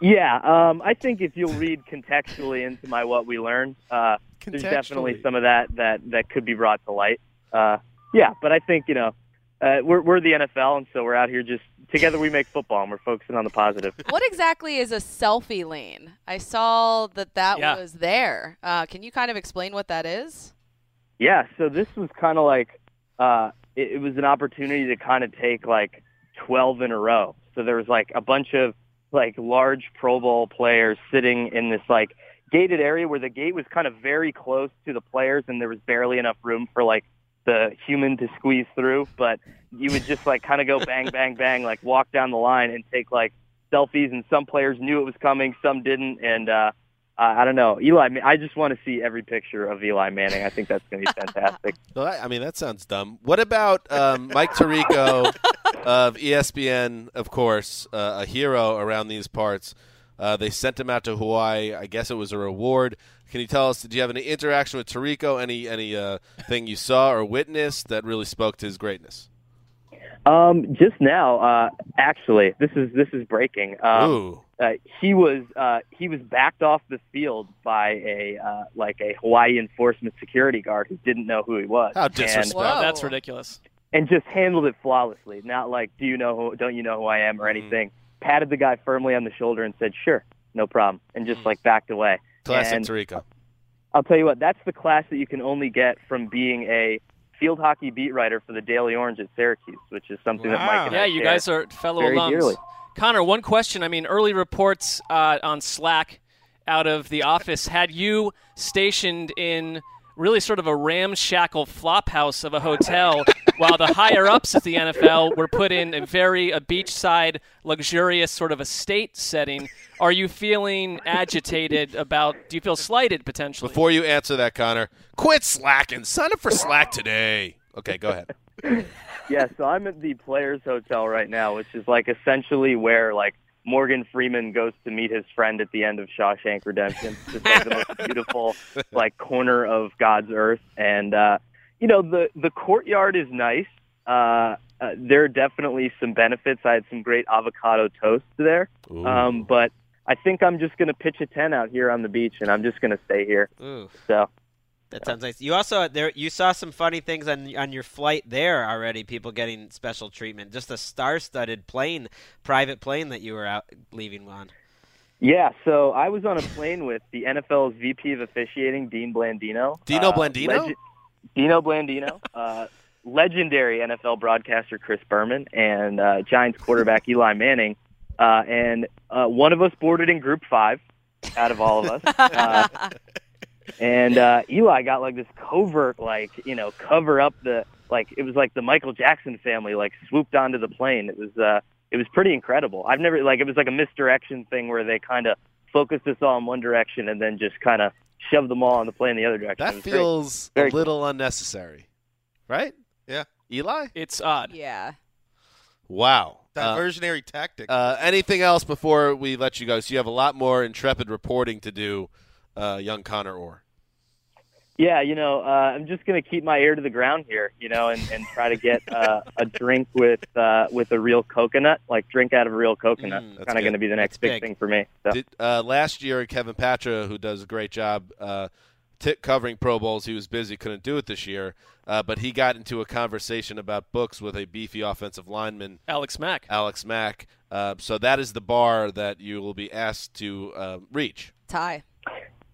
Speaker 5: Yeah, um, I think if you'll read contextually into my what we learned, uh, there's definitely
Speaker 6: Contextually.
Speaker 5: some of that that that could be brought to light. Uh, yeah, but I think you know uh, we're we're the NFL, and so we're out here just together. We make football, and we're focusing on the positive.
Speaker 3: What exactly is a selfie lane? I saw that that
Speaker 5: Yeah.
Speaker 3: was there. Uh, can you kind of explain what that is?
Speaker 5: Yeah, so this was kind of like uh, it, it was an opportunity to kind of take like 12 in a row. So there was like a bunch of like large Pro Bowl players sitting in this like gated area where the gate was kind of very close to the players and there was barely enough room for like the human to squeeze through. But you would just like kind of go bang, bang, bang, like walk down the line and take like selfies. And some players knew it was coming, some didn't. And, uh, I I don't know, Eli. I just want to see every picture of Eli Manning. I think that's going to be fantastic.
Speaker 2: Well, I, I mean, that sounds dumb. What about um, Mike Tirico of E ESPN, of course, uh, a hero around these parts? Uh, they sent him out to Hawaii. I guess it was a reward. Can you tell us? Did you have any interaction with Tirico? Any any uh, thing you saw or witnessed that really spoke to his greatness?
Speaker 5: Um, just now, uh, actually, this is this is breaking. Um,
Speaker 2: Ooh.
Speaker 5: Uh, he was uh, he was backed off the field by a uh, like a Hawaii enforcement security guard who didn't know who he was.
Speaker 10: How
Speaker 5: And-
Speaker 10: disrespectful! That's ridiculous.
Speaker 5: and just handled it flawlessly. Not like, do you know who, don't you know who I am or
Speaker 6: Mm-hmm.
Speaker 5: anything. Patted the guy firmly on the shoulder and said, sure, no problem, and just
Speaker 6: Mm-hmm.
Speaker 5: like backed away.
Speaker 2: Classic
Speaker 5: And
Speaker 2: Tirico.
Speaker 5: I'll tell you what, that's the class that you can only get from being a field hockey beat writer for the Daily Orange at Syracuse, which is something that Mike and I
Speaker 10: yeah, you
Speaker 5: share
Speaker 10: guys are fellow
Speaker 5: very
Speaker 10: alums.
Speaker 5: dearly.
Speaker 10: Connor, one question. I mean, early reports uh, on Slack out of the office had you stationed in really sort of a ramshackle flophouse of a hotel, while the higher ups at the NFL were put in a very a beachside, luxurious sort of estate setting. Are you feeling agitated about? Do you feel slighted potentially?
Speaker 2: Before you answer that, Connor, quit slacking. Sign up for Slack today. Okay, go ahead.
Speaker 5: yeah, so I'm at the Players Hotel right now, which is like essentially where like Morgan Freeman goes to meet his friend at the end of Shawshank Redemption. It's just like the most beautiful like corner of God's earth, and uh, you know the the courtyard is nice. Uh, uh, there are definitely some benefits. I had some great avocado toast there, um, but I think I'm just going to pitch a tent out here on the beach, and I'm just going to stay here.
Speaker 4: Ooh.
Speaker 5: So.
Speaker 4: That sounds nice. You also there you saw some funny things on on your flight there already. People getting special treatment. Just a star-studded plane, private plane that you were out leaving on.
Speaker 5: Yeah, so I was on a plane with the NFL's VP of officiating, Dean Blandino.
Speaker 2: Dino Blandino?
Speaker 5: Dino Blandino, uh, legendary NFL broadcaster Chris Berman, and uh, Giants quarterback Eli Manning. Uh, and uh, one of us boarded in group five out of all of us. Uh, and uh, Eli got like this covert, like, you know, cover up the, like, it was like the Michael Jackson family, like, swooped onto the plane. It was, uh, it was pretty incredible. I've never like it was like a misdirection thing where they kind of focused us all in one direction and then just kind of shoved them all on the plane the other direction. It
Speaker 2: That
Speaker 5: was great.
Speaker 2: feels
Speaker 5: Very
Speaker 2: a little unnecessary, right?
Speaker 6: Yeah.
Speaker 2: Eli?
Speaker 10: It's
Speaker 3: uh,
Speaker 10: odd.
Speaker 3: Yeah.
Speaker 2: Wow. Uh,
Speaker 6: Diversionary tactic.
Speaker 2: Uh, anything else before we let you go? So you have a lot more intrepid reporting to do, uh, young Connor Orr.
Speaker 5: Yeah, you know, uh, I'm just gonna keep my ear to the ground here, you know, and, and try to get uh, a drink with uh, with a real coconut, like drink out of a real coconut.
Speaker 2: Mm, that's
Speaker 5: kind of
Speaker 2: good.
Speaker 5: gonna be the next big,
Speaker 2: big.
Speaker 5: thing for me. So.
Speaker 2: Did, uh, last year, Kevin Patra, who does a great job uh, t- covering Pro Bowls, he was busy, couldn't do it this year, uh, but he got into a conversation about books with a beefy offensive lineman,
Speaker 10: Alex Mack.
Speaker 2: Alex Mack. Uh, so that is the bar that you will be asked to uh, reach.
Speaker 3: Ty.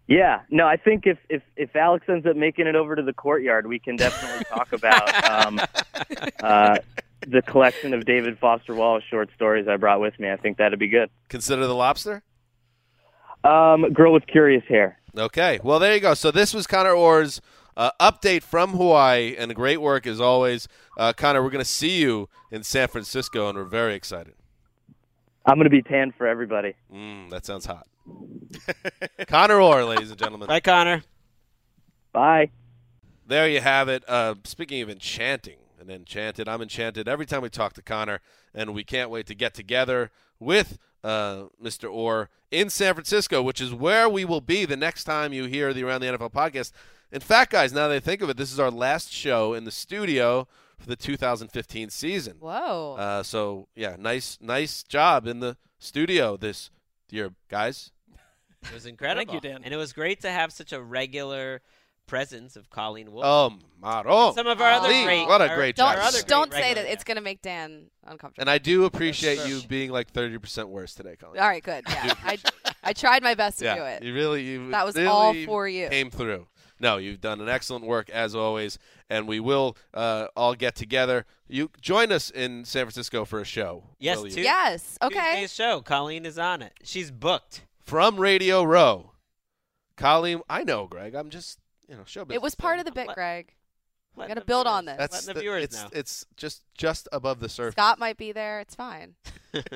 Speaker 5: Yeah, Uh, no, I think if, if if Alex ends up making it over to the courtyard, we can definitely talk about um, uh, the collection of David Foster Wallace short stories I brought with me. I think that'd be good.
Speaker 2: Consider the lobster.
Speaker 5: Um, girl with curious hair.
Speaker 2: Okay. Well, there you go. So this was Connor Orr's Uh, update from Hawaii and great work as always, uh, Connor. We're going to see you in San Francisco, and we're very excited.
Speaker 10: I'm going to be panned for everybody.
Speaker 2: Mm, that sounds hot. Connor Orr, ladies and gentlemen.
Speaker 4: Bye, Connor.
Speaker 10: Bye.
Speaker 2: There you have it. Uh, speaking of enchanting and enchanted, I'm enchanted every time we talk to Connor, and we can't wait to get together with uh, Mr. Orr in San Francisco, which is where we will be the next time you hear the Around the NFL podcast. In fact, guys, now that I think of it, this is our last show in the studio for the 2015 season.
Speaker 3: Whoa.
Speaker 2: Uh, so yeah, nice, nice job in the studio this year, guys.
Speaker 4: It was incredible.
Speaker 5: Thank you, Dan.
Speaker 4: And it was great to have such a regular presence of Colleen Wolfe.
Speaker 2: Um, Maro.
Speaker 4: Some of our other
Speaker 2: Lee,
Speaker 4: great-
Speaker 2: what a
Speaker 4: our-
Speaker 2: great
Speaker 4: our
Speaker 2: job.
Speaker 3: Don't
Speaker 4: other
Speaker 3: don't
Speaker 4: great
Speaker 3: say that
Speaker 4: regular
Speaker 3: it's going to make Dan uncomfortable.
Speaker 2: And I do appreciate
Speaker 4: Yes, sir.
Speaker 2: you being like 30 percent worse today, Colleen.
Speaker 3: All right, good. Yeah. I I tried my best to do it.
Speaker 2: You really, you
Speaker 3: That was
Speaker 2: really
Speaker 3: all for you.
Speaker 2: Came through. No, you've done an excellent work as always, and we will uh, all get together. You join us in San Francisco for a show.
Speaker 4: Yes,
Speaker 2: will you?
Speaker 4: too.
Speaker 3: Yes. Okay.
Speaker 4: Tuesday's show. Colleen is on it. She's booked.
Speaker 2: From Radio Row, Colleen. I know, Greg. I'm just you know show business.
Speaker 3: It was part of the bit, Greg.
Speaker 4: Let
Speaker 3: Gotta
Speaker 4: the
Speaker 3: build
Speaker 4: viewers-
Speaker 3: on this.
Speaker 2: That's
Speaker 4: letting the viewers
Speaker 2: it's,
Speaker 4: know.
Speaker 2: It's just just above the surface.
Speaker 3: Scott might be there. It's fine.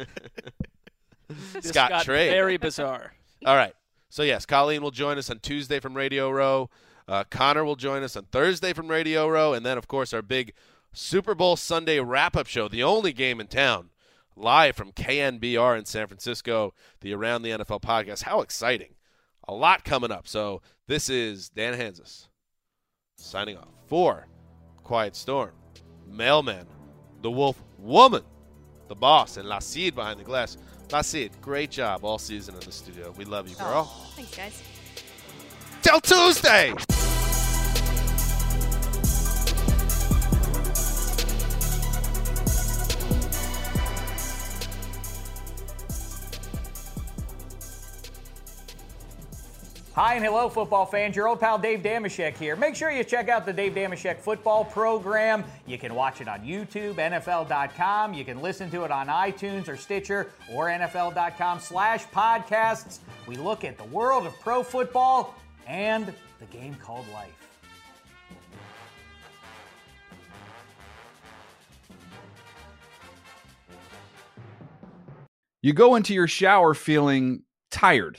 Speaker 5: This
Speaker 2: Scott
Speaker 5: got
Speaker 2: Trey.
Speaker 5: Very bizarre.
Speaker 2: All right. So yes, Colleen will join us on Tuesday from Radio Row. Uh, Connor will join us on Thursday from Radio Row, and then of course our big Super Bowl Sunday wrap-up show, the only game in town, live from KNBR in San Francisco, the Around the NFL podcast. How exciting! A lot coming up. So this is Dan Hansis signing off for Quiet Storm, Mailman, The Wolf Woman, The Boss, and La Cid behind the glass. La Cid, great job all season in the studio. We love you, girl.
Speaker 7: Thanks, guys.
Speaker 2: Till Tuesday!
Speaker 11: Hi and hello, football fans. Your old pal Dave Damashek here. Make sure you check out the Dave Damashek football program. You can watch it on YouTube, NFL.com. You can listen to it on iTunes or Stitcher or NFL.com slash podcasts. We look at the world of pro football and the game called life.
Speaker 12: You go into your shower feeling tired,